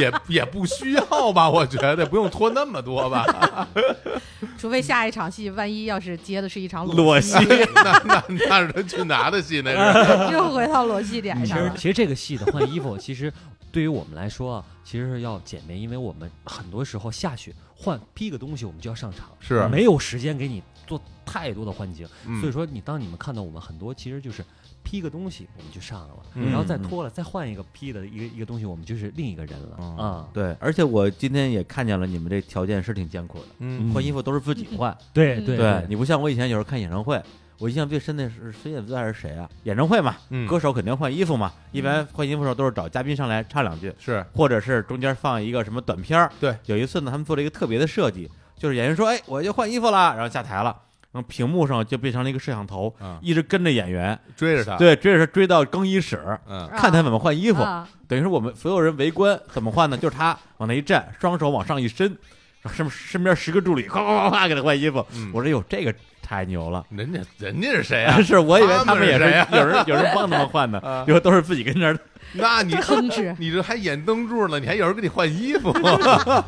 也也不需要吧？我觉得不用脱那么多吧？
除非下一场戏万一要是接的是一场
裸
戏，
戏
那那那是他去拿的戏，那是
又回到裸戏点
其
上
实
了。
嗯其实这个戏的换衣服，其实对于我们来说啊，其实是要简便，因为我们很多时候下去换披个东西，我们就要上场，
是啊
没有时间给你做太多的换景。
嗯
所以说，你当你们看到我们很多，其实就是披个东西，我们就上了，
嗯
然后再脱了，再换一个披的一个一个东西，我们就是另一个人了
哦
啊。
对，而且我今天也看见了，你们这条件是挺艰苦的，
嗯
换衣服都是自己换。
对
嗯
对
对你不像我以前有时候看演唱会，我印象最深的是孙燕姿还是谁啊？演唱会嘛，
嗯
歌手肯定换衣服嘛，一般换衣服的时候都是找嘉宾上来唱两句，
是
或者是中间放一个什么短片儿。
对，
有一次呢，他们做了一个特别的设计，就是演员说：“哎，我就换衣服啦。”然后下台了，然后屏幕上就变成了一个摄像头，
啊
一直跟着演员，
追着他，，
对，追着他追到更衣室。
嗯
啊
看他怎么换衣服，
啊
等于是我们所有人围观，怎么换呢？就是他往那一站，双手往上一伸，然后身身边十个助理哗哗哗哗给他换衣服。
嗯，
我说哟，这个太牛了！
人家人家是谁啊
但？是我以为他
他们
们
是
也是
谁呀
有人有人帮他们换的
啊，
因为都是自己跟那儿。
那你
吭哧，
你这还演灯柱呢？你还有人给你换衣服，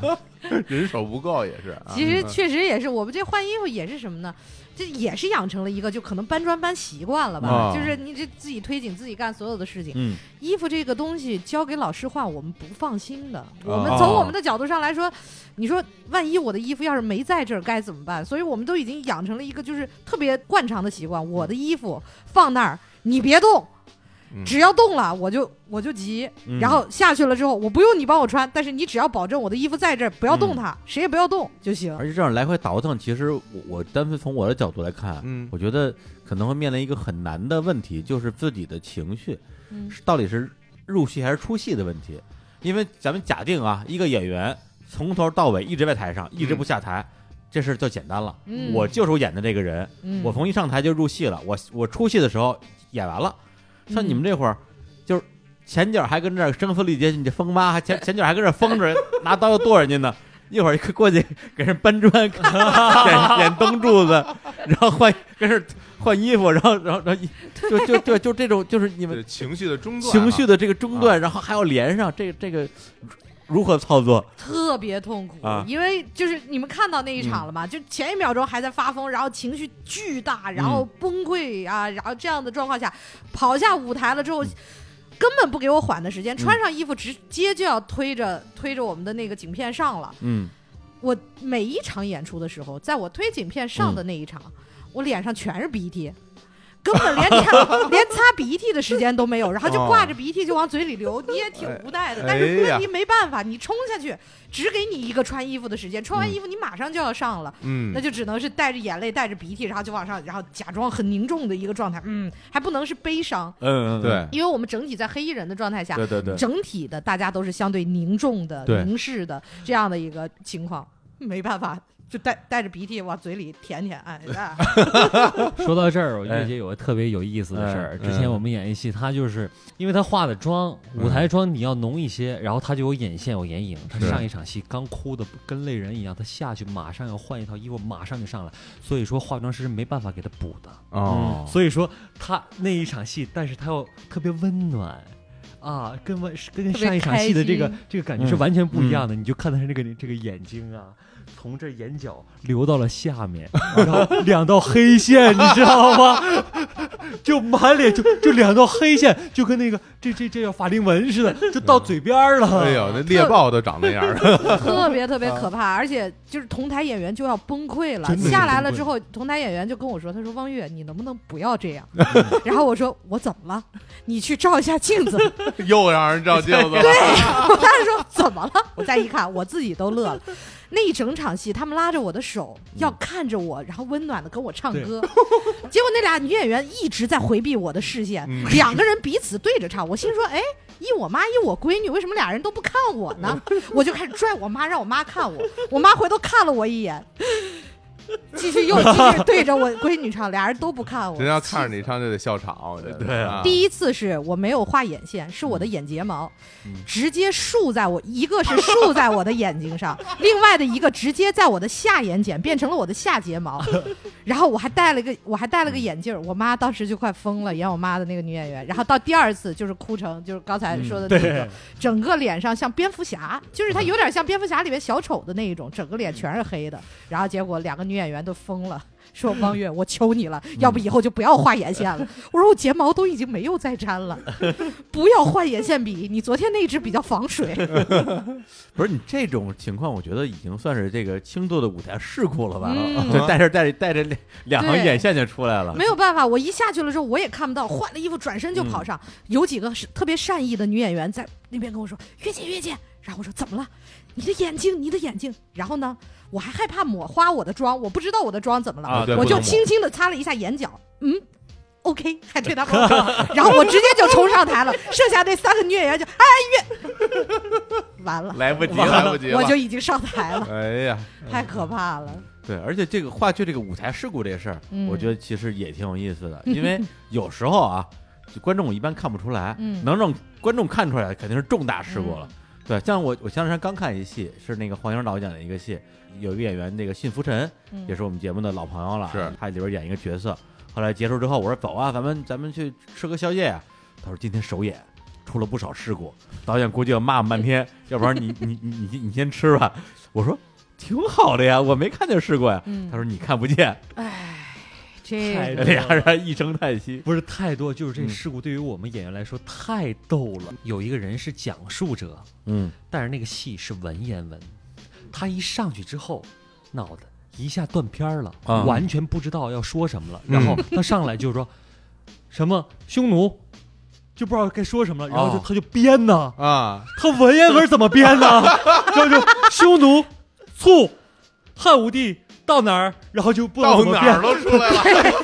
人手不够也是啊。
其实确实也是，我们这换衣服也是什么呢？这也是养成了一个就可能搬砖搬习惯了吧，
啊
就是你这自己推井自己干所有的事情。
嗯，
衣服这个东西交给老师换，我们不放心
啊
的。我们
哦
从我们的角度上来说，你说万一我的衣服要是没在这儿该怎么办？所以我们都已经养成了一个就是特别惯常的习惯，我的衣服放那儿，你别动
嗯。
只要动了，我就我就急，
嗯
然后下去了之后，我不用你帮我穿，但是你只要保证我的衣服在这儿，不要
嗯
动它，谁也不要动就行。
而且这样来回倒腾，其实我我单纯从我的角度来看，啊
嗯
我觉得可能会面临一个很难的问题，就是自己的情绪
嗯
是到底是入戏还是出戏的问题。因为咱们假定啊，一个演员从头到尾一直在台上，一直不下台，这事儿就简单了。
嗯
我就是我演的这个人，
嗯
我
嗯
从一上台就入戏了，我我出戏的时候演完了。像你们这会儿，就是前脚还跟这儿声嘶力竭，你这疯妈还前前脚还跟这儿疯着，拿刀要剁人家呢。一会儿过去给人搬砖， 演演灯柱子，然后换跟这儿换衣服，然后然后然后一就就就就这种就是你们
对情绪的中断啊，
情绪的这个中断，然后还要连上，这这个如何操作？
特别痛苦，
啊
因为就是你们看到那一场了吗？就前一秒钟还在发疯，然后情绪巨大，然后崩溃啊，然后这样的状况下，跑下舞台了之后。根本不给我缓的时间，穿上衣服直接就要推着推着我们的那个景片上了。
嗯，
我每一场演出的时候，在我推景片上的
嗯
那一场，我脸上全是鼻涕，根本连擦连擦鼻涕的时间都没有，然后就
哦
挂着鼻涕就往嘴里 流，你也挺无奈的。
哎
但是
哎呀
问题没办法，你冲下去，只给你一个穿衣服的时间，穿完衣服你马上就要上了。
嗯
那，就只能是带着眼泪，带着鼻涕，然后就往上，然后假装很凝重的一个状态，嗯，还不能是悲伤，
嗯，嗯，
对
因为我们整体在黑衣人的状态下，
对对对，
整体的大家都是相对凝重的、
对
凝视的这样的一个情况，没办法，就带带着鼻涕往嘴里舔舔，哎，哎
说到这儿，我
哎
月姐有个特别有意思的事儿。
嗯
之前我们演一戏，她就是因为她化的妆，舞台妆你要浓一些，然后她就有眼线，有眼影。她
是
上一场戏刚哭的跟泪人一样，她下去马上要换一套衣服，马上就上来。所以说化妆师是没办法给她补的。
嗯
哦，
所以说她那一场戏，但是她又特别温暖。啊，跟温是跟
特别
上一场戏的这个
开心
这个感觉是完全不一样的，你就看到她这个这个眼睛啊，从这眼角流到了下面，然后两道黑线，你知道吗？ 就满脸就就两道黑线，就跟那个这这这叫法令纹 似的，就到嘴边儿了。
哎
嗯
呦，那猎豹都长那样儿，
特别特别可怕，而且就是同台演员就要崩溃了。
真的是
下来了之后，同台演员就跟我说：“他说汪月，你能不能不要这样？”然后我说：“我怎么了？你去照一下镜子。”
又让人照镜子了。
我当时说怎么了？我再一看，我自己都乐了。那一整场戏，他们拉着我的手，
嗯
要看着我，然后温暖的跟我唱歌。结果那俩女演员一直在回避我的视线，
嗯
两个人彼此对着唱。我心说，哎，依我妈依我闺女，为什么俩人都不看我呢？我就开始拽我妈，让我妈看我。我妈回头看了我一眼，继续又继续对着我闺女唱，俩人都不看我。
人要看着你唱就得笑场，我觉得。
对啊
第一次是我没有画眼线，是我的眼睫毛、直接竖在我，一个是竖在我的眼睛上，另外的一个直接在我的下眼睑变成了我的下睫毛。 然后我还戴了个我还戴了个眼镜儿，我妈当时就快疯了，演我妈的那个女演员。然后到第二次就是哭成就是刚才说的那个，整个脸上像蝙蝠侠，就是她有点像蝙蝠侠里面小丑的那一种，整个脸全是黑的。然后结果两个女演员都疯了。说汪月，我求你了，要不以后就不要画眼线了。我说我睫毛都已经没有再粘了，不要换眼线笔。你昨天那支比较防水，
不是你这种情况，我觉得已经算是这个轻度的舞台事故了吧？
嗯
就带着带着带着两两行
对
眼线就出来了
没。有办法。我一下去了之后，我也看不到，换了衣服转身就跑上。有几个是特别善意的女演员在那边跟我说：“月姐，月姐。”然后我说：“怎么了？你的眼睛，你的眼睛。”然后呢，我还害怕抹花我的妆，我不知道我的妆怎么了，
啊对
我
不能
就
抹
轻轻的擦了一下眼角，嗯。OK，还对 他们然后我直接就冲上台了，剩下那三个女演员就哎月，完了，
来不及，来不及了
我就已经上台了，
哎呀，
太可怕了。
对，而且这个话剧这个舞台事故这个事儿，
嗯
我觉得其实也挺有意思 的，因为有时候啊，就观众一般看不出来，
嗯
能让观众看出来肯定是重大事故了。对，像我我前两天刚看一戏，是那个黄英导演的一个戏，有一个演员那个信福臣，
嗯
也是我们节目的老朋友了，
是
他里边演一个角色。后来结束之后，我说走啊，咱们咱们去吃个宵夜呀、他说今天首演出了不少事故，导演估计要骂我们半 天，要不然你你你你你先吃吧。我说挺好的呀，我没看见事故呀。
嗯
他说你看不见，
这
太
个
俩人一声叹息。
不是太多，就是这
嗯
事故对于我们演员来说太逗了。有一个人是讲述者，
嗯，
但是那个戏是文言文，他一上去之后，脑子一下断片儿了，
啊
完全不知道要说什么了。
嗯
然后他上来就说、什么匈奴，就不知道该说什么了。然后就、
哦
他就编呢，
啊，
他文言文怎么编 呢？然后就匈奴、醋、汉武帝到哪儿，然后就不知道
到
怎么
哪
编
儿，都出来了。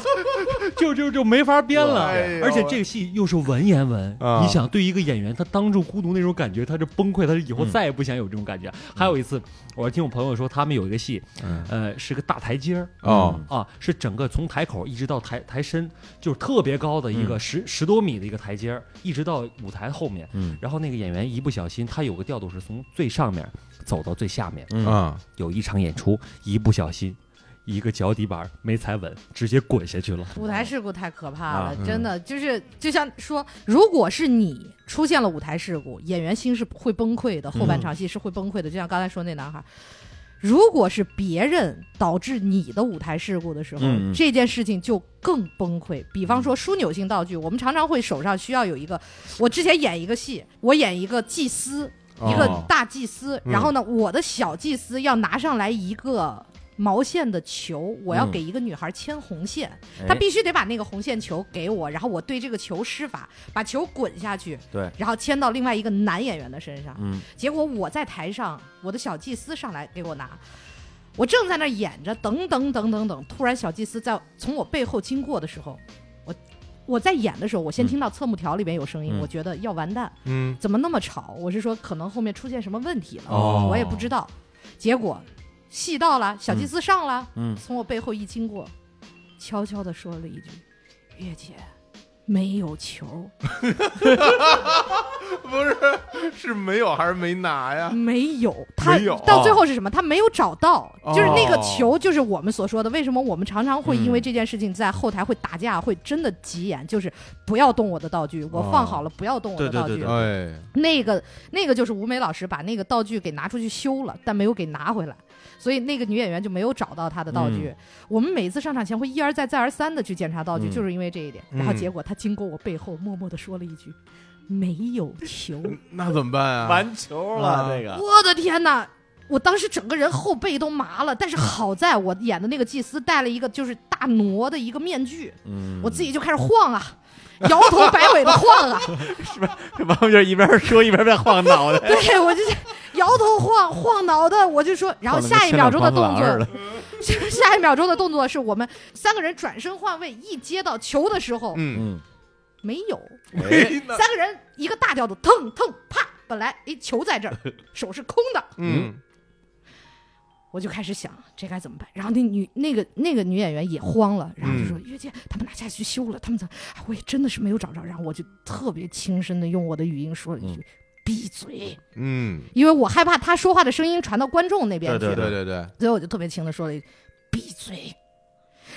就就就没法编了。
哎呦
而且这个戏又是文言文，
啊
你想对一个演员，他当众孤独那种感觉，他是崩溃，他是以后
嗯
再也不想有这种感觉。还有一次，我是听我朋友说，他们有一个戏，
嗯
呃，是个大台阶儿
嗯
哦，
啊，是整个从台口一直到台台身，就是特别高的一个
嗯
十、十多米的一个台阶儿，一直到舞台后面。
嗯
然后那个演员一不小心，他有个调度是从最上面走到最下面。
嗯
啊，
有一场演出，一不小心，一个脚底板儿没踩稳，直接滚下去了。
舞台事故太可怕
啊
了，
嗯
真的就是就像说，如果是你出现了舞台事故，演员心是会崩溃的，后半场戏是会崩溃的。就像刚才说那男孩，如果是别人导致你的舞台事故的时候，
嗯嗯
这件事情就更崩溃。比方说枢纽性道
嗯
具，我们常常会手上需要有一个。我之前演一个戏，我演一个祭司，一个
哦
大祭司，
嗯
然后呢，我的小祭司要拿上来一个毛线的球，我要
嗯
给一个女孩牵红线。
哎
他必须得把那个红线球给我，然后我对这个球施法，把球滚下去，
对，
然后牵到另外一个男演员的身上。
嗯
结果我在台上，我的小祭司上来给我拿，我正在那儿演着，等等等等等，突然小祭司在从我背后经过的时候，我我在演的时候，我先
嗯
听到侧幕条里边有声音，
嗯
我觉得要完蛋，
嗯，
怎么那么吵？我是说可能后面出现什么问题了，
哦
我也不知道。结果戏到了，小祭司上了。
嗯，
从我背后一经过，悄悄地说了一句：“月姐，没有球，
不是，是没有还是没拿
啊
呀？
没有。他”
没有
到
哦
最后是什么？他没有找到，
哦
就是那个球，就是我们所说的，为什么我们常常会
嗯
因为这件事情在后台会打架，会真的急眼，就是不要动我的道具，我放好了，不要动我的道具。
哦对对对
哎，
那个那个就是吴梅老师把那个道具给拿出去修了，但没有给拿回来，所以那个女演员就没有找到她的道具。我们每次上场前会一而再再而三的去检查道具，
嗯
就是因为这一点。
嗯
然后结果她经过我背后默默的说了一句：“没有 球。
那怎么办啊？
完球
啊
了这”个，
我的天哪！我当时整个人后背都麻了，但是好在我演的那个祭司戴了一个就是大挪的一个面具，
嗯，
我自己就开始晃啊，摇头摆尾的晃啊，
王就是一边说一边在晃脑袋，
对，我就是摇头晃晃脑袋，我就说， 然后下一秒钟的动
晃得
作
跟，
下一秒钟的动作是我们三个人转身换位，一接到球的时候、
嗯，
嗯，
没有，
没拿，
三个人一个大调度，腾腾啪，本来诶球在 这儿，手是空的，
嗯，
我就开始想这该怎么办。然后那女那个那个女演员也慌了，然后就说：“
嗯
月姐，他们拿下去修了，他们怎么？啊我也真的是没有找着。”然后我就特别轻声的用我的语音说了一句：“闭嘴。”
嗯，
因为我害怕他说话的声音传到观众那边去，
对对对对，
所以我就特别轻的说了一句“闭嘴”，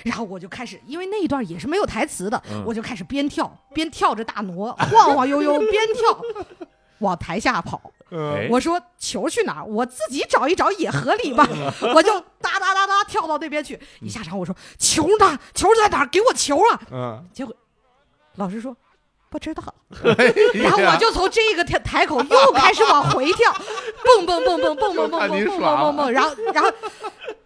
然后我就开始，因为那一段也是没有台词的，
嗯
我就开始边跳边跳着大挪，晃晃悠悠边跳。往台下跑，
哎
我说球去哪儿？我自己找一找也合理 吧。我就哒哒哒哒跳到那边去。
嗯
一下场我说球呢？球在哪儿？给我球啊！
嗯，
老师说不知道。
然
然后我就从这个台台口又开始往回跳，蹦蹦蹦蹦蹦蹦蹦蹦蹦蹦蹦蹦，然后然后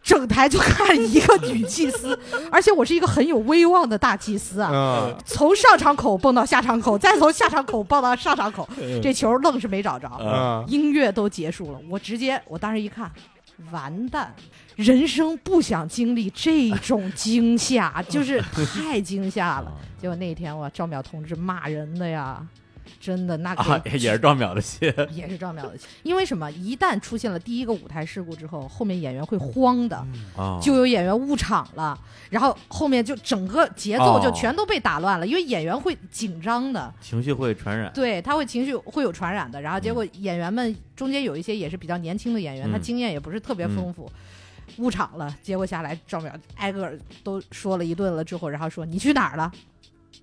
整台就看一个女祭司，而且我是一个很有威望的大祭司啊，
嗯，
从上场口蹦到下场口，再从下场口蹦到上场口，这球愣是没找着。
哎啊
嗯，
音乐都结束了，我直接我当时一看，完蛋。人生不想经历这种 惊吓，就是太惊吓
啊
了。结果那一天，哇，赵淼同志骂人的呀，真的那给
啊，也是壮淼的戏，
也是赵淼的戏，因为什么？一旦出现了第一个舞台事故之后，后面演员会慌的，
啊
就有演员误场了，然后后面就整个节奏就
哦
全都被打乱了，因为演员会紧张的，
情绪会传染，
对他会情绪会有传染的，然后结果演员们中间有一些也是比较年轻的演员，
嗯
他经验也不是特别丰富。误场了，结果下来赵淼挨个儿都说了一顿了之后，然后说你去哪儿了？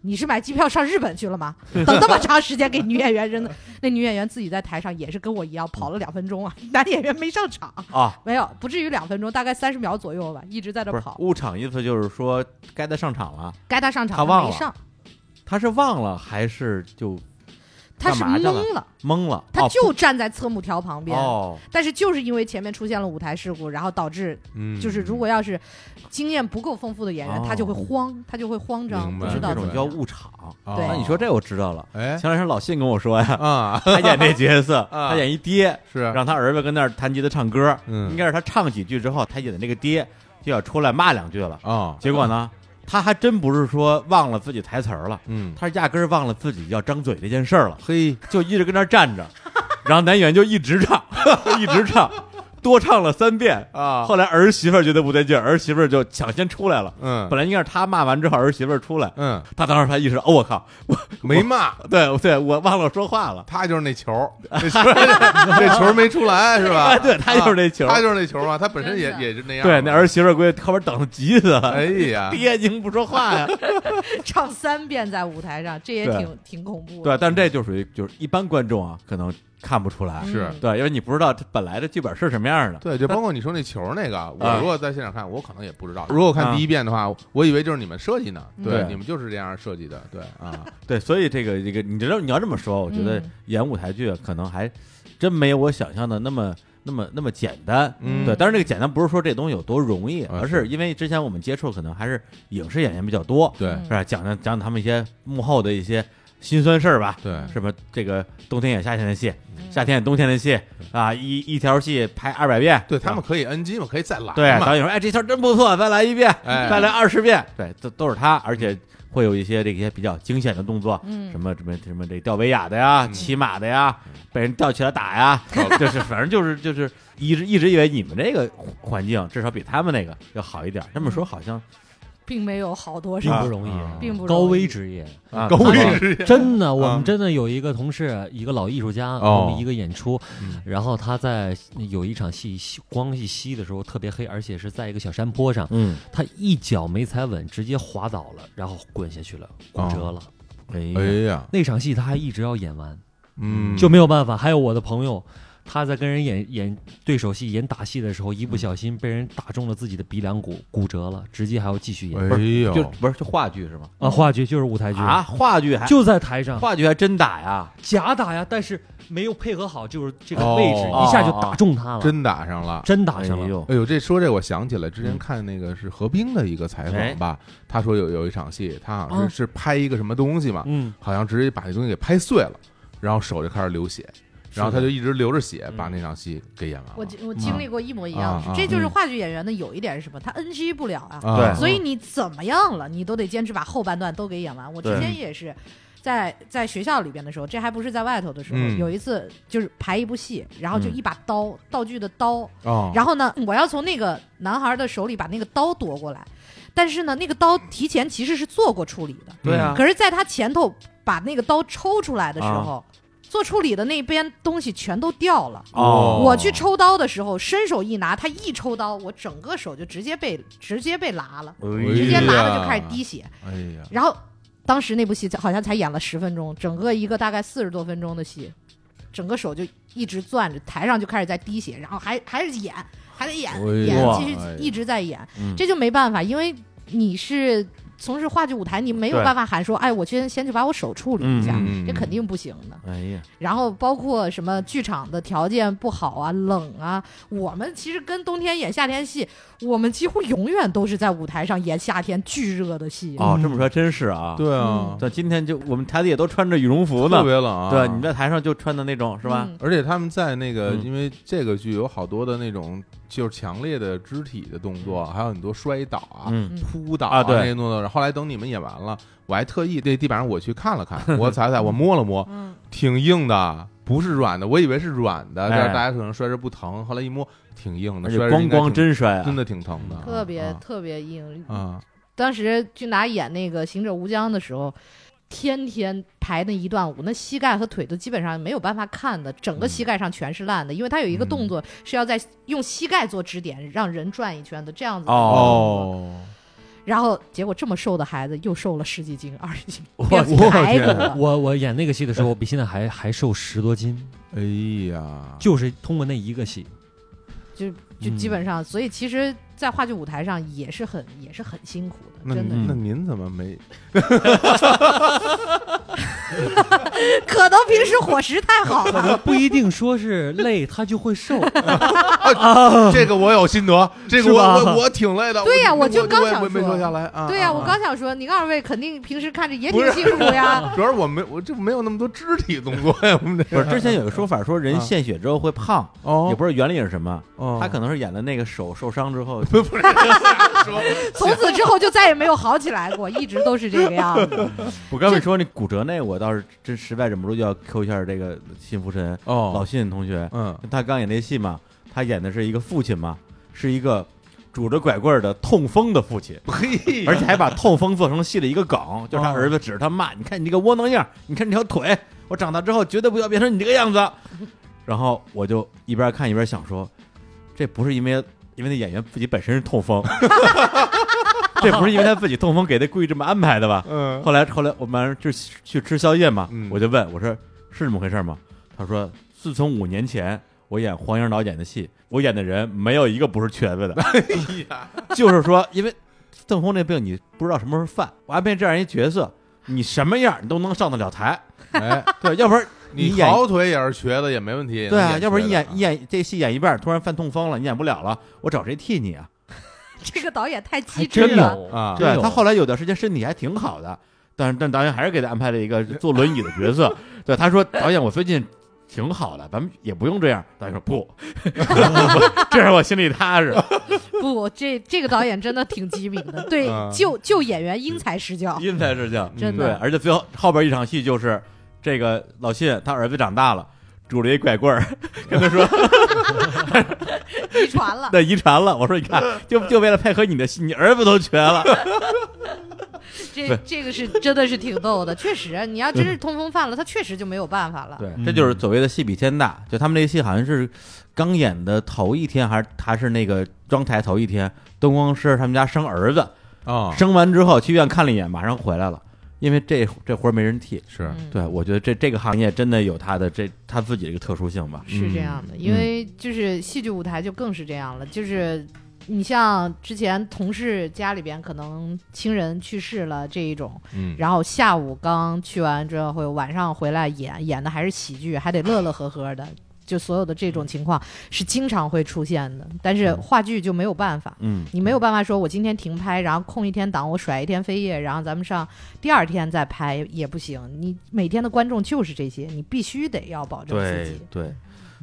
你是买机票上日本去了吗？等那么长时间给女演员扔的，那女演员自己在台上也是跟我一样跑了两分钟啊，男演员没上场，
啊。
没有，不至于两分钟，大概三十秒左右吧，一直在这
不是
跑。
误场，意思就是说该他上场了，
该他上场
他忘
没
了
上，
他是忘了还是就
他是
干嘛去了
懵了，
懵了？
他
哦
就站在侧幕条旁边，
哦，
但是就是因为前面出现了舞台事故，然后导致
嗯，
就是如果要是经验不够丰富的演员，
哦
他就会慌，他就会慌张，
明
不
白
知道
这种
怎么
叫
样。
误场。哦
哦
对
那你说这我知道了。
哎
前两天老信跟我说 呀，
啊，
他演这角色，
啊
他演一爹，
是，
让他儿子跟那儿弹吉他唱歌，
嗯
应该是他唱几句之后，他演的那个爹就要出来骂两句了。
啊，
结果呢，他还真不是说忘了自己台词儿了，
嗯，
他是压根儿忘了自己要张嘴这件事儿了，
嘿，
就一直跟那儿站着， 然后男演员就一直唱， 一直唱，多唱了三遍。
啊，
后来儿媳妇儿觉得不对劲儿，儿媳妇儿就抢先出来了。
嗯
本来应该是他骂完之后，儿媳妇儿出来，
嗯，
他当时才意识到，哦，我 靠，
没骂，
对对，我忘了说话了。
他就是那球儿， 这球儿这球儿没出来是吧？
哎对他就是那球儿
啊他就是那球儿嘛，他本身也
真的
也是那样嘛。
对，那儿媳妇儿估计靠边等的急死了。
哎呀，
爹，您不说话 呀？
唱三遍在舞台上，这也
对
挺挺恐怖
对
的。，
但这就属于就是一般观众啊，可能看不出来，
嗯
是
对，因为你不知道他本来的剧本是什么样的。
对，就包括你说那球儿那个，
啊
我如果在现场看，我可能也不知道。如果我看第一遍的话，我以为就是你们设计呢，
嗯
对，
嗯对
你们就是这样设计的，对 啊，
对，所以这个这个，你知道你要这么说，我觉得
嗯
演舞台剧啊可能还真没有我想象的那么那么那么简单。
嗯
对，当然这个简单不是说这东西有多容易，
啊
而
是
是因为之前我们接触可能还是影视演员比较多，
对
嗯
是吧？讲讲讲他们一些幕后的一些辛酸事儿吧，
对，
什么这个冬天演夏天的戏，
嗯
夏天演冬天的戏啊，一一条戏拍二百遍，
嗯对他
啊
们可以 NG 嘛，可以再来
对
嘛，
导演说，哎，这条真不错，再来一遍，
哎
再来二十遍，对，都都是他，而且会有一些这些比较惊险的动作，
嗯
什么什么什么这吊威亚的呀，
嗯
骑马的呀，被人吊起来打呀，
哦
就是反正就是就是一直一直以为你们这个环境至少比他们那个要好一点，这么说好像
并没有好多
并
少，
不容易，
啊
并不容易
高危职业。
啊
高
他
危
们
职业，
真的，我们真的有一个同事，一个老艺术家，
哦
我们一个演出
嗯，
然后他在有一场戏西光一吸的时候特别黑，而且是在一个小山坡上，
嗯，
他一脚没踩稳，直接滑倒了，然后滚下去了，骨折了。
哎呀
哦哎呀，
那场戏他还一直要演完，
嗯，
就没有办法。还有我的朋友。他在跟人演演对手戏、演打戏的时候，
嗯
一不小心被人打中了自己的鼻梁骨，骨折了，直接还要继续演
哎
就
呦，
不是就话剧是吗？
啊！话剧就是舞台剧
啊，，话剧还
就嗯在台上，
话剧还真打呀，
假打呀，但是没有配合好，就是这个位置、
哦
一下就打中他了，
真打上了。
真打上
哎
了。
呦
哎呦，这说这我想起来，之前
嗯哎
看那个是何冰的一个采访吧，他说有有一场戏，他好像
哦
是、
啊
是拍一个什么东西嘛，
嗯，
好像直接把那东西给拍碎了，然后手就开始流血，然后他就一直流着血
嗯
把那场戏给演完
我
了。
经我经历过一模一样的事，
啊啊
这就是
嗯
话剧演员的有一点是什么？他 NG 不了啊，
啊
对
所以你怎么样了，你都得坚持把后半段都给演完。我之
对
前也是。在在学校里边的时候，这还不是在外头的时候，
嗯
有一次就是排一部戏，然后就
嗯
一把刀，道具的刀，
哦，
然后呢，我要从那个男孩的手里把那个刀夺过来，但是呢，那个刀提前其实是做过处理的，
对啊，
可是，在他前头把那个刀抽出来的时候，做处理的那边东西全都掉了。
哦，
我去抽刀的时候，伸手一拿，他一抽刀，我整个手就直接被直接被拉了，直
直
接
哎呀
拉了就开始滴血。
哎呀，
然后当时那部戏好像才演了十分钟，整个一个大概四十多分钟的戏，整个手就一直攥着，台上就开始在滴血，然后还还是演，还得演
哎呀
演，
哇
继续
哎呀
一直在演，
嗯
这就没办法，因为你是从事话剧舞台，你没有
对
办法喊说，哎，我先先去把我手处理一下，
嗯嗯嗯
这肯定不行的。
哎呀，
然后包括什么剧场的条件不好啊、冷啊，我们其实跟冬天演夏天戏，我们几乎永远都是在舞台上演夏天巨热的戏。嗯
哦，这么说还真是啊，
对啊，
对，今天就我们台里也都穿着羽绒服呢
特，别冷啊。
对，你们在台上就穿的那种是吧？
嗯
而且他们在那个，
嗯
因为这个剧有好多的那种就是强烈的肢体的动作，还有很多摔倒啊、
嗯
扑倒
啊对
那些动作。然后后来等你们演完了，我还特意这地板上我去看了看， 我踩踩，我摸了摸，
嗯，
挺硬的，不是软的，我以为是软的，
哎
但是大家可能摔着不疼，后来一摸挺硬的，
而且
摔着
咣
应该
咣
挺
真摔啊，
真的挺疼的，
特别、
啊
特别硬。
啊，
当时俊达演那个《行者无疆》的时候，天天排那一段舞，那膝盖和腿都基本上没有办法看的，整个膝盖上全是烂的，因为他有一个动作
嗯
是要在用膝盖做支点，让人转一圈的这样子的动作。
哦，
然后结果这么瘦的孩子又瘦了十几斤、二十斤，
我
变成
我
排骨
天啊
了。
我我演那个戏的时候，我比现在还还瘦十多斤，
哎呀，
就是通过那一个戏。嗯
就就
嗯
基本上，所以其实，在话剧舞台上也是很也是很辛苦的，
那
真的
嗯
那您怎 么没？
可能平时伙食太好 了。
不一定说是累，他就 会瘦。
啊这个我有心得，这个我
是吧
我我挺累的。
对呀
我
我就刚
我也
想
我也没
说
说下来啊。
对呀、
啊
我刚想说，你二位肯定平时看着也
不
挺
是
辛苦呀。
主要是我啊没我这没有那么多肢体动作 呀，我们这
不是之前有个说法说人
啊
献血之后会胖，
哦
也不知道原理是什么，
哦
他可能是演了那个手受伤之后
不不是说
从此之后就再也没有好起来过，一直都是这个样子。
我刚才说那骨折那，我倒是真实在忍不住就要 Q 一下这个信福神老
哦，
信同学，
嗯，
他刚演那戏嘛，他演的是一个父亲嘛，是一个拄着拐棍儿的痛风的父亲，
嘿啊
而且还把痛风做成戏的一个梗，就是他儿子指着他骂：“你看你这个窝囊样儿，你看你这条腿，我长大之后绝对不要变成你这个样 子。”然后我就一边看一边想说，这不是因为因为那演员自己本身是痛风， 这不是因为他自己痛风给他故意这么安排的吧？
嗯
后来后来我们就去吃宵夜嘛，
嗯
我就问我说是这么回事吗？他说自从五年前我演黄英老演的戏，我演的人没有一个不是瘸 子的，就是说因为邓峰那病你不知道什么时候犯，我安排这样一角色，你什么样你都能上得了 台，
哎，
对，要不然
你
演。
好腿也是瘸子也没问题，
对啊，
能
要不然你
瘸
演
子
你演这戏演一半，突然犯痛风了，你演不了了，我找谁替你啊？
这个导演太机
还
智
真
了，
有
啊
对他后
来
来有段时间身体还挺好的，但是但导演还是给他安排了一 个坐轮椅的角色。对， 他说导演，我最近挺好的，咱们也不用这样。导演说 不，这让我心里踏 实。
不，这这个导演真的挺机敏的，对
嗯，
救救演员因材施教，
因材施教，
真
对，
的
而且最后后边一场戏就是这个老信他儿子长大了。拄着一拐棍儿， 跟他说
遗传了。
那遗传了。我说你看，就就为了配合你的戏，你儿子都瘸了。
这
对
这个是真的是挺逗的，确实，你要真是通风犯了，他确实就没有办法了。
对，
嗯
这就是所谓的戏比天大。就他们这戏好像是刚演的头一天，还是还是那个装台头一天，东光师他们家生儿子，
啊
生完之后去医院看了一眼，马上回来了，因为这这活儿没人替。
是
嗯
对，我觉得这这个行业真的有它的这它自己的一个特殊性吧。
是这样的，因
嗯
为就是戏剧舞台就更是这样了，就是你像之前同事家里边可能亲人去世了这一种，
嗯
然后下午刚去完追悼会，晚上回来演演的还是喜剧，还得乐乐呵呵的，就所有的这
嗯
种情况是经常会出现的，但是话剧就没有办法。
嗯，
你没有办法说，我今天停拍，然后空一天档，我甩一天飞页，然后咱们上第二天再拍也不行。你每天的观众就是这些，你必须得要保证自
对
己。
对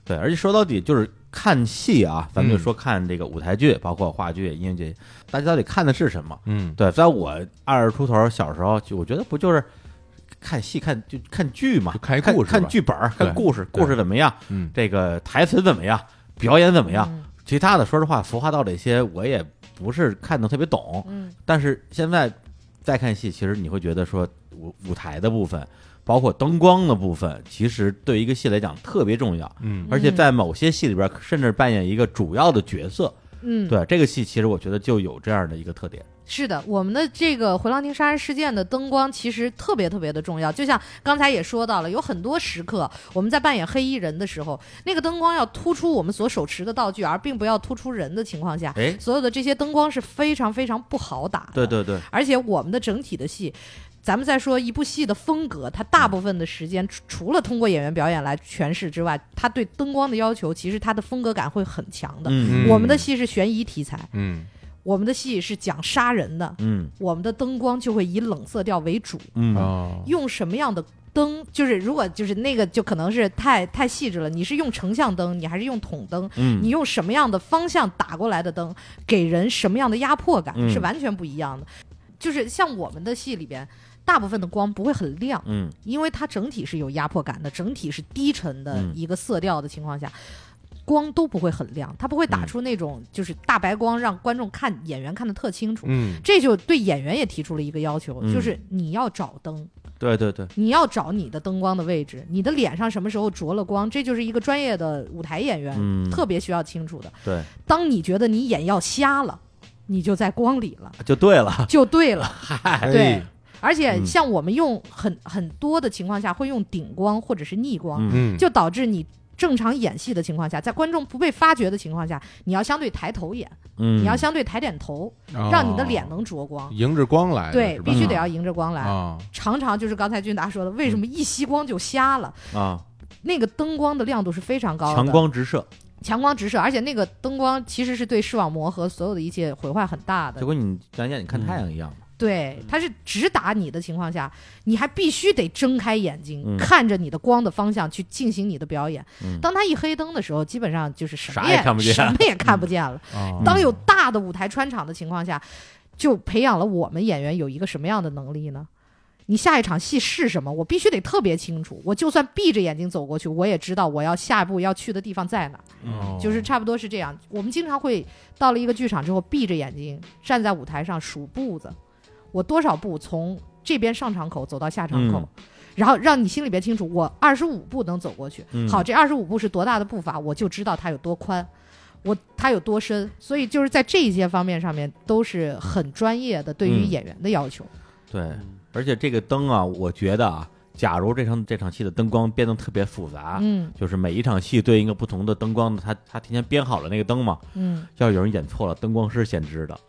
对，而且说到底就是看戏啊，咱们就
嗯
说看这个舞台剧，包括话剧、音乐剧，大家到底看的是什么？
嗯
对，在我二十出头小时候，就我觉得不就是看戏、看就看剧嘛
就，看一
看
故事
看
吧
剧本儿、看
对
故事，
对
故事怎么样，
嗯
这个台词怎么样，表演怎么样。
嗯？
其他的，说实话，服化道这些我也不是看的特别懂，
嗯，
但是现在再看戏，其实你会觉得说舞舞台的部分，包括灯光的部分，其实对一个戏来讲特别重要。
嗯
而且在某些戏里边，甚至扮演一个主要的角色。
嗯，
对这个戏，其实我觉得就有这样的一个特点。
是的，我们的这个回廊亭杀人事件的灯光其实特别特别的重要，就像刚才也说到了，有很多时刻我们在扮演黑衣人的时候，那个灯光要突出我们所手持的道具，而并不要突出人的情况下，
哎，
所有的这些灯光是非常非常不好打的。
对对对，
而且我们的整体的戏，咱们再说一部戏的风格，它大部分的时间除除了通过演员表演来诠释之外，它对灯光的要求，其实它的风格感会很强的。
嗯
我们的戏是悬疑题材，
嗯
我们的戏是讲杀人的，
嗯
我们的灯光就会以冷色调为主，
嗯
哦
用什么样的？灯就是，如果就是那个，就可能是太太细致了。你是用成像灯，你还是用筒灯？
嗯
你用什么样的方向打过来的灯，给人什么样的压迫感、
嗯
是完全不一样的。就是像我们的戏里边，大部分的光不会很亮，
嗯
因为它整体是有压迫感的，整体是低沉的
嗯
一个色调的情况下。光都不会很亮，它不会打
嗯
出那种就是大白光，让观众看演员看得特清楚。
嗯
这就对演员也提出了一个要求，
嗯
就是你要找灯，
对对对，
你要找你的灯光的位置，你的脸上什么时候着了光，这就是一个专业的舞台演员、
嗯，
特别需要清楚的。
对，
当你觉得你眼要瞎了，你就在光里了，
就对了，
就 对了。
哎
对，而且
嗯
像我们用很很多的情况下会用顶光或者是逆光，
嗯
嗯
就导致你正常演戏的情况下，在观众不被发觉的情况下，你要相对抬头演，
嗯，哦
你要相对抬点头，
哦
让你的脸能着光。
迎着光来的
对，
是吧
嗯
必须得要迎着光来。
啊
常常就是刚才俊达说的，为什
嗯
么一吸光就瞎了？
啊，
那个灯光的亮度是非常高的，
强光直射，
强光直射，而且那个灯光其实是对视网膜和所有的一切毁坏很大的
就。跟你咱眼里看太阳一样嘛。
对，它是直打你的情况下，你还必须得睁开眼睛、
嗯
看着你的光的方向去进行你的表演。
嗯
当它一黑灯的时候，基本上就是什么
啥也看不见
什么也看不见了。
啊
当有大的舞台穿场的情况下，就培养了我们演员有一个什么样的能力呢？你下一场戏是什么？我必须得特别清楚。我就算闭着眼睛走过去，我也知道我要下一步要去的地方在哪儿。
嗯
就是差不多是这样。我们经常会到了一个剧场之后，闭着眼睛站在舞台上数步子，我多少步从这边上场口走到下场口，
嗯
然后让你心里边清楚，我二十五步能走过去。
嗯
好，这二十五步是多大的步伐，我就知道它有多宽。我它有多深，所以就是在这一些方面上面都是很专业的，对于
嗯
演员的要求。
对，
嗯
而且这个灯啊，我觉得啊，假如这场这场戏的灯光变得特别复杂，
嗯
就是每一场戏对应个不同的灯光，它它提前编好了那个灯嘛。
嗯，
要是有人演错了，灯光师先知道，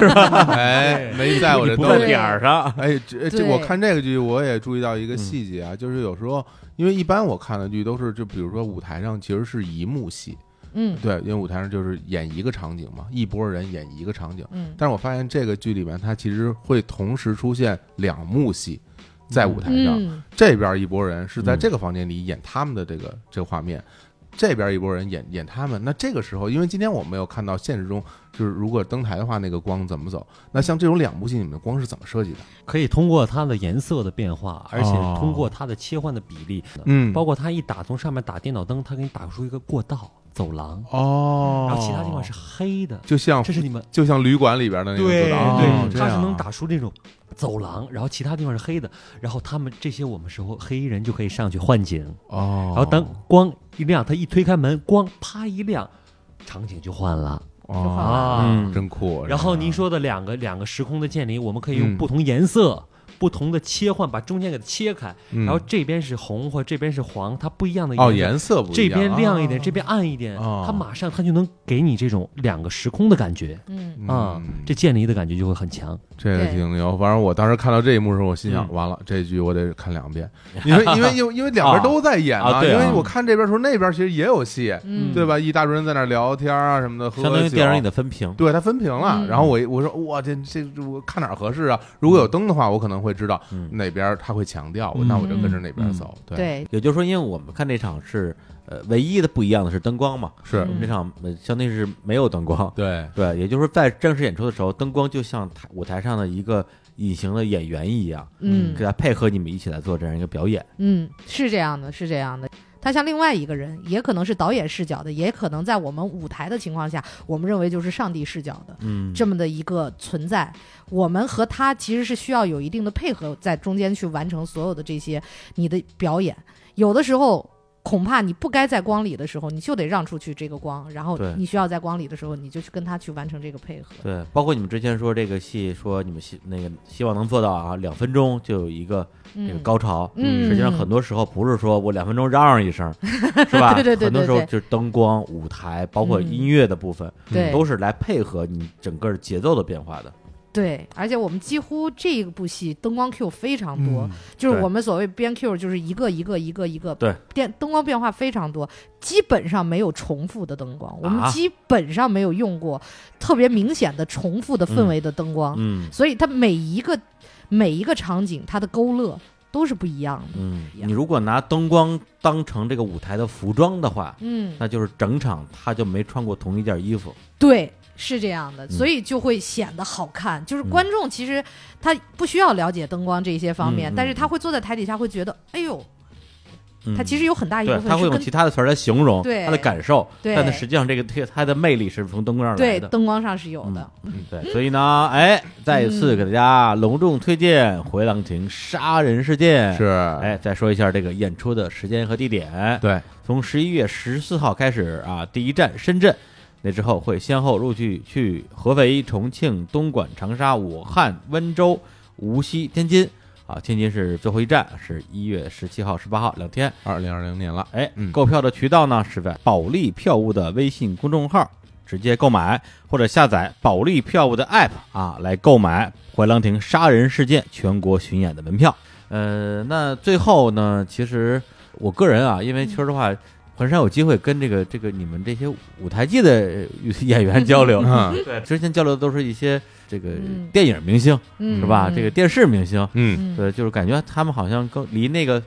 哎，没在我这
不
兜
在
里。
点儿上。
哎，这这
对
我看这个剧，我也注意到一个细节啊，就是有时候，因为一般我看的剧都是，就比如说舞台上其实是一幕戏，
嗯
对，因为舞台上就是演一个场景嘛，一波人演一个场景。
嗯
但是我发现这个剧里面，它其实会同时出现两幕戏在舞台上，
嗯，
这边一拨人是在
嗯
这个房间里演他们的这个这个画面，这边一拨人演演他们。那这个时候，因为今天我没有看到现实中，就是如果登台的话，那个光怎么走？那像这种两部戏，你们的光是怎么设计的？
可以通过它的颜色的变化，而且
哦
通过它的切换的比例，
嗯
包括它一打从上面打电脑灯，它给你打出一个过道、走廊，
哦，
嗯然后其他地方是黑的，
就像
这是你们
就像旅馆里边哦的那种
对
走道哦
对，
这
它
样
是
啊
能打出那种走廊，然后其他地方是黑的，然后他们这些我们时候黑衣人就可以上去换景，
哦，
然后当光一亮，他一推开门，光啪一亮，场景就换了
就换
哦，
了
啊。
嗯
真酷。
然后您说的两个两个时空的建立，我们可以
嗯
用不同颜色、不同的切换，把中间给它切开，
嗯，
然后这边是红或者这边是黄，它不一样的
哦，
颜色。
颜色不一
这
样
边亮一点，
啊
这边暗一点，
哦
它马上它就能给你这种两个时空的感觉
嗯
啊、
嗯
这建立的感觉就会很强。
这个
对
挺牛，反正我当时看到这一幕的时候，我心想，
嗯
完了，这剧我得看两遍，因为因为因为因为两边都在演
啊
嘛，
对
因
啊
为我看这边的时候，那边其实也有戏，
嗯，
对吧？一大堆人在那儿聊天啊什么的，喝
相当于
酒
电影里的分屏，
对他分屏了，
嗯
然后我一我说哇，这这这我看哪儿合适啊？如果有灯的话，我可能会知道
嗯，
哪边他会强调，
嗯
那我就跟着哪边走。对，
对，
也就是说，因为我们看这场是呃唯一的不一样的是灯光嘛，
是
我们
嗯
这场呃相当于是没有灯光，
对，
对，也就是说在正式演出的时候，灯光就像台舞台上的一个隐形的演员一样，
嗯
给他配合你们一起来做这样一个表演，
嗯，是这样的，是这样的。他像另外一个人，也可能是导演视角的，也可能在我们舞台的情况下，我们认为就是上帝视角的
嗯，
这么的一个存在。我们和他其实是需要有一定的配合，在中间去完成所有的这些你的表演。有的时候。恐怕你不该在光里的时候，你就得让出去这个光，然后
对
你需要在光里的时候，你就去跟他去完成这个配合。
对，包括你们之前说这个戏，说你们希那个希望能做到啊，两分钟就有一个这个
嗯，
高潮。
嗯
实际上很多时候不是说我两分钟嚷嚷一 声，是吧？
对对对
很多
对
时候
对
就是灯光、舞台，包括音乐的部分，
对，
都是来配合你整个节奏的变化的。
对，而且我们几乎这部戏灯光 Q 非常多，就是
嗯对
我们所谓编 Q，就是一个一个一个一个，
对，
电灯光变化非常多，基本上没有重复的灯光，我们
啊
基本上没有用过特别明显的重复的氛围的灯光，
嗯
所以它每一个每一个场景它的勾勒都是不一样的，
嗯，你如果拿灯光当成这个舞台的服装的话，
嗯，
那就是整场他就没穿过同一件衣服。
对。是这样
嗯
的，所以就会显得好看。就是观众其实他不需要了解灯光这些方
嗯
面，
嗯
但是他会坐在台底下会觉得，哎呦，
嗯、
它其实有很大一部
对
分
他会
是
用
跟
其他的词儿来形容
对
他的感受，
对
但是实际上这个这个它的魅力是从灯光上来
对
的。
灯光上是有的。
对，所以呢，哎，再一
嗯
次给大家隆重推荐《回廊亭杀人事件》。
是，，
哎，再说一下这个演出的时间和地点。，
对，
从十一月十四号开始啊，第一站深圳，那之后会先后陆续去合肥、重庆、东莞、长沙、武汉、温州、无锡、天津。啊，天津是最后一站，是一月十七号、十八号两天。
二零二零年了，
哎
嗯，
购票的渠道呢是在保利票务的微信公众号直接购买，或者下载保利票务的 app 啊来购买《怀郎亭杀人事件》全国巡演的门票。呃，那最后呢，其实我个人啊，因为说实话，很少有机会跟这个这个你们这些舞台剧的呃演员交流，
嗯，
对，之前交流都是一些这个
嗯
电影明星、
嗯
是吧？这个电视明星，
嗯
嗯，
对，就是感觉他们好像更离那个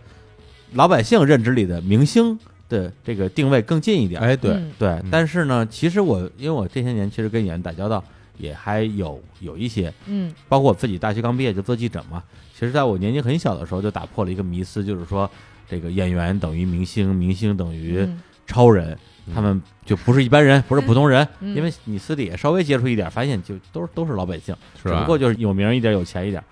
老百姓认知里的明星的这个定位更近一点。
哎对，
嗯
对
嗯，
但是呢，其实我因为我这些年其实跟演员打交道也还有有一些，
嗯
包括我自己大学刚毕业就做记者嘛，其实在我年纪很小的时候就打破了一个迷思，就是说这个演员等于明星，明星等于
嗯
超人，
嗯
他们就不是一般人，不是普通人，
嗯
因为你私底下稍微接触一点，发现就都是都是老百姓，
是
只
吧
不？ 过就是有名一点，有钱一点。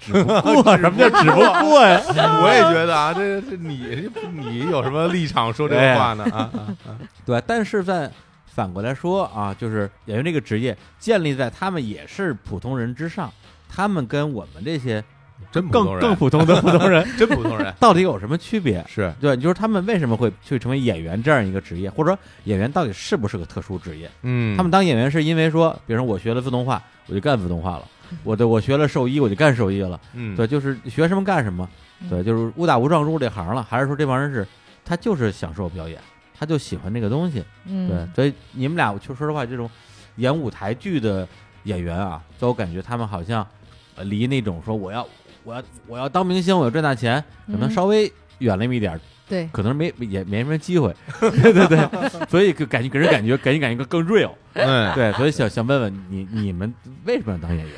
只不过什么叫只不过呀？
我也觉得啊，这这你你有什么立场说这
哎
个话呢啊？ 啊啊
对，但是在反过来说啊，就是演员这个职业建立在他们也是普通人之上，他们跟我们这些
真普
更
通人，
更普通的普通人，
真普通人
到底有什么区别？
是
对， 就是他们为什么会去成为演员这样一个职业，或者说演员到底是不是个特殊职业？
嗯，
他们当演员是因为说，比如说我学了自动化，我就干自动化了；我的我学了兽医，我就干兽医了。
嗯
对，就是学什么干什么。对，就是误打误撞入这行了，还是说这帮人是他就是享受表演，他就喜欢这个东西。
嗯
对，所以你们俩，我就说实话，这种演舞台剧的演员啊，在我感觉他们好像呃离那种说我要我要我要当明星，我要赚大钱，可能
嗯
稍微远了那么一点儿，
对，
可能没也没什么机 会。对对对，所以就感觉给人感觉给人感觉更 real。
嗯
对，所以想想问问你，你们为什么要当演员？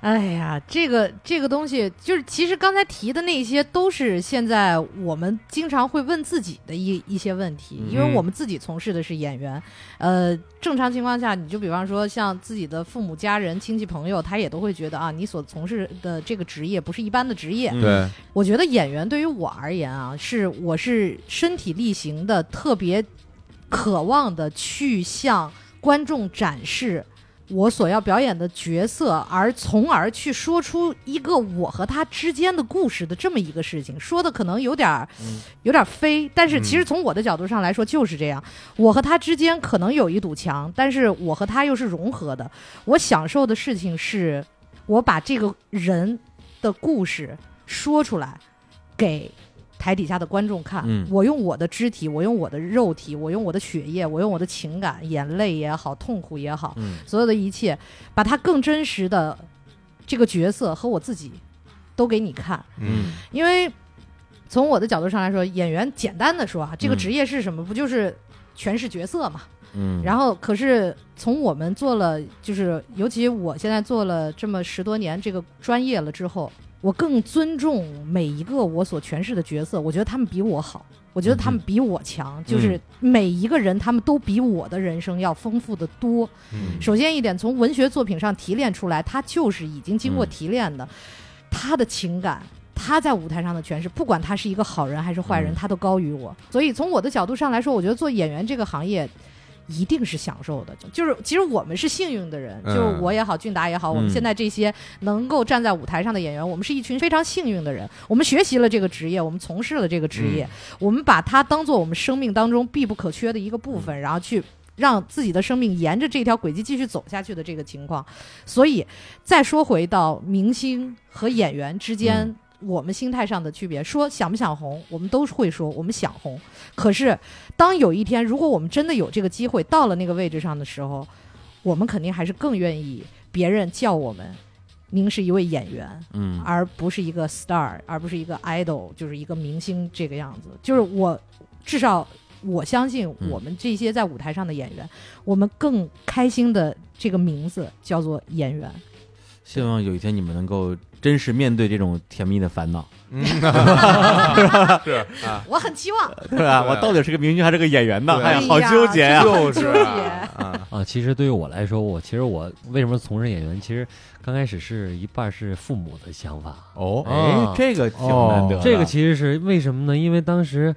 哎呀，这个这个东西，就是其实刚才提的那些，都是现在我们经常会问自己的一一些问题，
嗯
因为我们自己从事的是演员，呃，正常情况下，你就比方说像自己的父母、家人、亲戚、朋友，他也都会觉得啊，你所从事的这个职业不是一般的职业。
嗯
对，
我觉得演员对于我而言啊，是我是身体力行的，特别渴望的去向观众展示我所要表演的角色，而从而去说出一个我和他之间的故事的这么一个事情。说的可能有点儿
嗯
有点儿飞，但是其
嗯
实从我的角度上来说就是这样。我和他之间可能有一堵墙，但是我和他又是融合的。我享受的事情是，我把这个人的故事说出来，给台底下的观众看。
嗯
我用我的肢体，我用我的肉体，我用我的血液，我用我的情感，眼泪也好，痛苦也好，
嗯
所有的一切，把它更真实的这个角色和我自己都给你看。
嗯
因为从我的角度上来说，演员简单的说啊，这个
嗯
职业是什么？不就是诠释角色嘛？
嗯，
然后，可是从我们做了，就是尤其我现在做了这么十多年这个专业了之后，我更尊重每一个我所诠释的角色。我觉得他们比我好，我觉得他们比我强，就是每一个人他们都比我的人生要丰富的多。
嗯
首先一点，从文学作品上提炼出来，他就是已经经过
嗯
提炼的，他的情感。他在舞台上的诠释，不管他是一个好人还是坏人，
嗯
他都高于我。所以从我的角度上来说，我觉得做演员这个行业一定是享受的。就就是其实我们是幸运的人，
嗯
就是我也好，俊达也好，我
嗯
们现在这些能够站在舞台上的演员，我们是一群非常幸运的人。我们学习了这个职业，我们从事了这个职业，
嗯
我们把它当做我们生命当中必不可缺的一个部分，然后去。让自己的生命沿着这条轨迹继续走下去的这个情况，所以再说回到明星和演员之间，我们心态上的区别，说想不想红，我们都会说我们想红。可是，当有一天如果我们真的有这个机会到了那个位置上的时候，我们肯定还是更愿意别人叫我们，您是一位演员，
嗯
而不是一个 star，而不是一个 idol，就是一个明星这个样子。就是我，至少我相信
嗯
我们这些在舞台上的演员，我们更开心的这个名字叫做演员。
希望有一天你们能够真实面对这种甜蜜的烦 恼，
嗯，是啊，
我很期望，
对吧？我到底是个明星还是个演员呢？
对
哎呀，好
哎呀
纠结呀！
就是啊
纠
啊，
啊，其实对于我来说，我其实我为什么从事演员？其实刚开始是一半儿是父母的想法，
哦，
哎
啊，
哦这个挺难得的，
这个其实是为什么呢？因为当时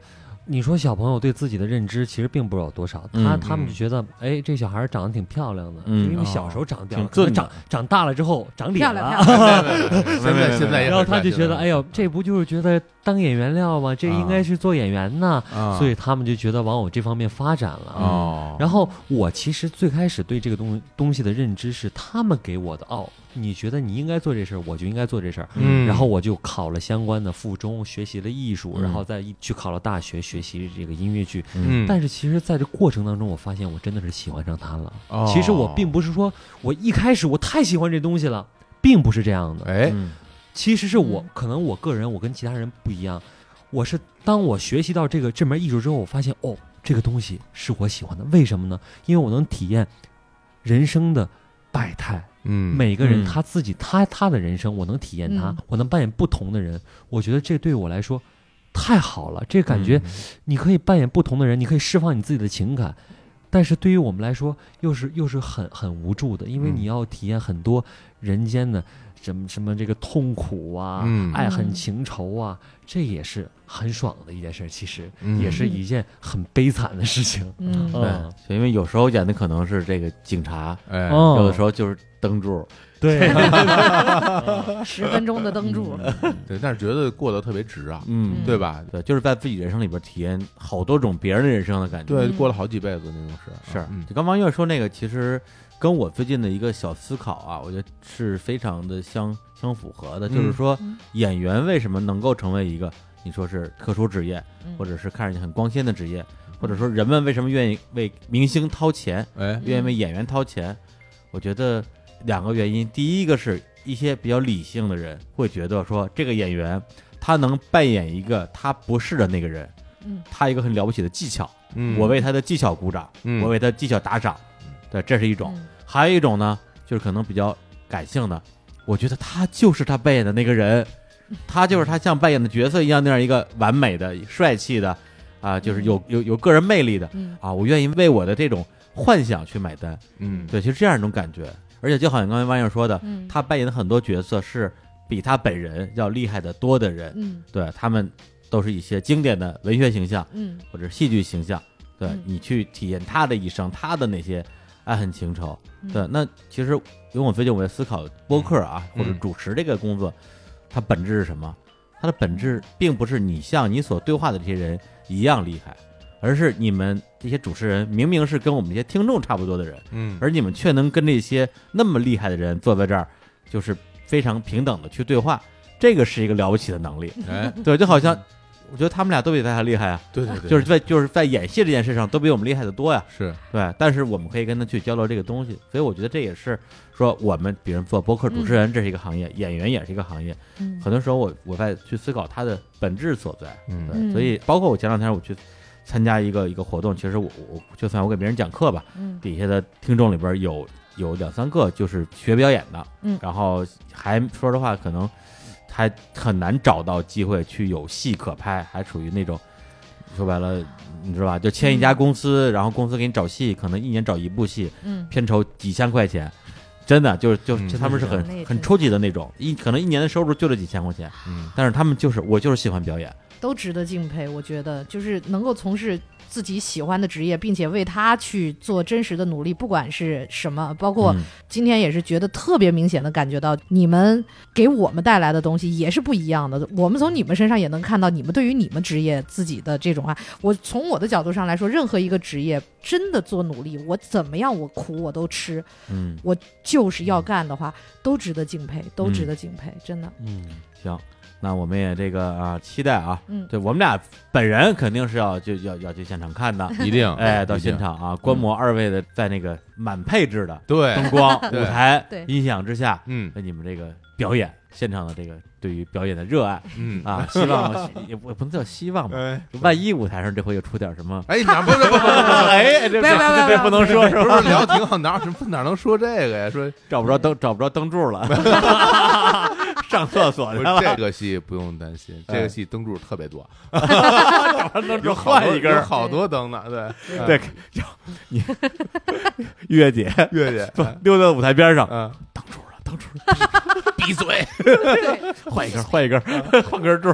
你说小朋友对自己的认知其实并不是有多少，
嗯
他他们
嗯
就觉得，哎，这小孩儿长得挺漂亮的，
嗯
因为小时候长得
挺
漂亮，可能
俊的
长长大了之后长脸
漂
了
亮。漂亮，
现在现在也很帅，
然后他就觉
现在
得，哎呦，这不就是觉得当演员料吗？这应该是做演员呐，
啊，
所以他们就觉得往我这方面发展了。
哦，
然后我其实最开始对这个东东西的认知是他们给我的哦，你觉得你应该做这事儿，我就应该做这事儿。
嗯
然后我就考了相关的附中，学习了艺术，
嗯
然后再一去考了大学，学习这个音乐剧。
嗯，
但是其实在这过程当中，我发现我真的是喜欢上它了。
哦
其实我并不是说我一开始我太喜欢这东西了，并不是这样的。
哎，
嗯
其实是我
嗯
可能我个人我跟其他人不一样，我是当我学习到这个这门艺术之后，我发现哦，这个东西是我喜欢的。为什么呢？因为我能体验人生的百态。
嗯，
每个人
嗯
他自己他他的人生，我能体验他
嗯，
我能扮演不同的人，我觉得这对我来说太好了。这
嗯
感觉你可以扮演不同的人，你可以释放你自己的情感，但是对于我们来说，又是又是很很无助的，因为
嗯
你要体验很多人间的什么什么这个痛苦啊，
嗯
爱恨
嗯
情仇啊，这也是很爽的一件事儿，其实
嗯
也是一件很悲惨的事情。
嗯
对
嗯，
哎因为有时候演的可能是这个警察，
哎，
哦
有的时候就是灯柱，
对，
十分钟的灯柱，
对，但是觉得过得特别值啊，
嗯，
对吧？
对，就是在自己人生里边体验好多种别人的人生的感觉。
对，
嗯
过了好几辈子那种是
是
啊嗯，
就刚王月说那个，其实跟我最近的一个小思考啊，我觉得是非常的相相符合的。就是
嗯
说
嗯，
演员为什么能够成为一个你说是特殊职业，
嗯
或者是看上去很光鲜的职业，或者说人们为什么愿意为明星掏钱，
哎，
愿意为演员掏钱？我觉得两个原因，第一个是一些比较理性的人会觉得说，这个演员他能扮演一个他不是的那个人，
嗯
他有一个很了不起的技巧，
嗯，
我为他的技巧鼓掌，
嗯
我为他技巧打赏，对，这是一种。
嗯
还有一种呢，就是可能比较感性的，我觉得他就是他扮演的那个人，他就是他像扮演的角色一样那样一个完美的、帅气的，啊，就是
嗯
有有有个人魅力的
嗯
啊，我愿意为我的这种幻想去买单。
嗯，
对，其实这样一种感觉，而且就好像刚才弯友说的，
嗯，
他扮演的很多角色是比他本人要厉害的多的人，
嗯
对他们都是一些经典的文学形象。
嗯
或者戏剧形象，对、
嗯
你去体验他的一生，他的那些爱恨情仇。
嗯
对，那其实因为我最近我在思考播客啊，
嗯
或者主持这个工作，它本质是什么？它的本
嗯
质并不是你像你所对话的这些人一样厉害，而是你们这些主持人明明是跟我们这些听众差不多的人，
嗯，
而你们却能跟这些那么厉害的人坐在这儿，就是非常平等的去对话，这个是一个了不起的能力。
嗯
哎，
对，就好像我觉得他们俩都比他还厉害啊。
对对对，
就是在就是在演戏这件事上都比我们厉害的多呀，
是，
对。但是我们可以跟他去交流这个东西，所以我觉得这也是说我们，比如做播客主持人，这是一个行业，演员也是一个行业。
嗯
很多时候我我在去思考它的本质所在，
嗯
对。
嗯
所以包括我前两天我去参加一个一个活动，其实我我我就算我给别人讲课吧，
嗯
底下的听众里边有有两三个就是学表演的，
嗯
然后还说实话可能还很难找到机会去有戏可拍，还属于那种说白了，你知道吧？就签一家公司，然后公司给你找戏，可能一年找一部戏，
嗯
片酬几千块钱。真的就是就
嗯
就他们是
真的是
很很
那真
抽级的那种，一可能一年的收入就这几千块钱，
嗯
但是他们就是我就是喜欢表演，
都值得敬佩。我觉得就是能够从事自己喜欢的职业，并且为他去做真实的努力，不管是什么，包括
嗯
今天也是觉得特别明显的感觉到，你们给我们带来的东西也是不一样的。我们从你们身上也能看到你们对于你们职业自己的这种爱。啊我从我的角度上来说，任何一个职业真的做努力，我怎么样我苦我都吃，
嗯，
就是要干的话，都值得敬佩，都值得敬佩，真的。
嗯，
行，那我们也这个啊期待啊，
嗯，
对我们俩本人肯定是要就要要去现场看的，
一定，
哎，到
啊一定
现，场啊，观摩二位的在那个满配置的
对，
灯光、
对
舞台
对、
音响之下，
嗯
那你们这个表演现场的这个对于表演的热爱
嗯，
啊，希望也不也不能叫希望吧，
哎，
万一舞台上这回又出点什
，
么
哎，哪不是不是
哎，这
不要不
这
要不要
这不能 说是
不
吧？
是聊挺好，哪有什么哪能说这个呀？说
找不着灯，找不着灯柱了，上厕所去
不是
了，
这个戏不用担心，这个
哎
戏灯柱特别多，
找不着灯柱
有好多
换一根
有
儿，
好多灯呢，对
对，， 就你月姐
月姐，
不溜到舞台边上，
嗯，
当主了，当主了，
闭嘴，
对，
换一根，换一根， 换根柱。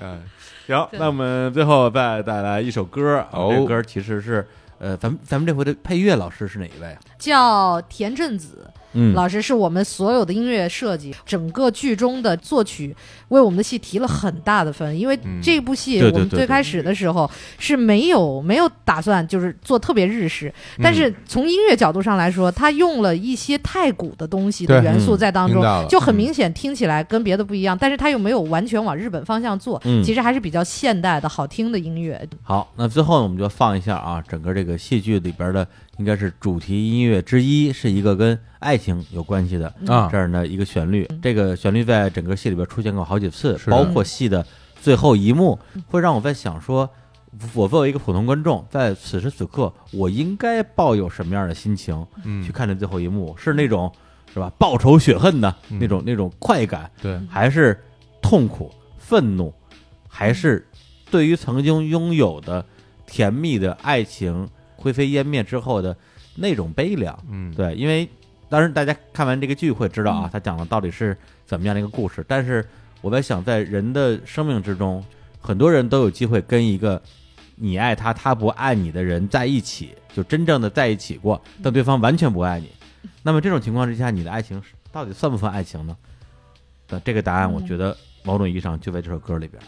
嗯，
行，
对
那我们最后再带来一首歌啊，
哦
这歌其实是呃，咱们咱们这回的配乐老师是哪一位啊？
叫田震子。
嗯
老师是我们所有的音乐设计，整个剧中的作曲为我们的戏提了很大的分，因为
嗯
这部戏
对对
我们
对
最
对
开始的时候是没有没有打算就是做特别日式，
嗯
但是从音乐角度上来说，它用了一些太古的东西的
对
元素
嗯
在当
听
中
到了，
就很明显听起来跟别的不一样，但是它又没有完全往日本方向做
嗯，
其实还是比较现代的好听的音乐。
好，那最后呢，我们就放一下啊，整个这个戏剧里边的应该是主题音乐之一，是一个跟爱情有关系的
啊
这，样的一个旋律。这个旋律在整个戏里边出现过好几次，
嗯是的
包括戏的最后一幕，会让我在想说，我作为一个普通观众，在此时此刻，我应该抱有什么样的心情
嗯
去，看这最后一幕？是那种是吧报仇雪恨的
嗯
那种那种快感，
对，
还是痛苦、愤怒，还是对于曾经拥有的甜蜜的爱情灰飞烟灭之后的那种悲凉。
嗯，
对，因为当然大家看完这个剧会知道啊，他讲的到底是怎么样的一个故事。但是我在想，在人的生命之中，很多人都有机会跟一个你爱他，他不爱你的人在一起，就真正的在一起过，但对方完全不爱你。那么这种情况之下，你的爱情是到底算不算爱情呢？那这个答案，我觉得某种意义上就在这首歌里边。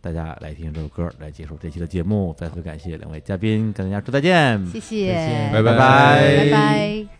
大家来听这首歌，来结束这期的
嗯
节目。再次感谢两位嘉宾，跟大家说再见，
谢谢，
拜
拜
拜
拜拜。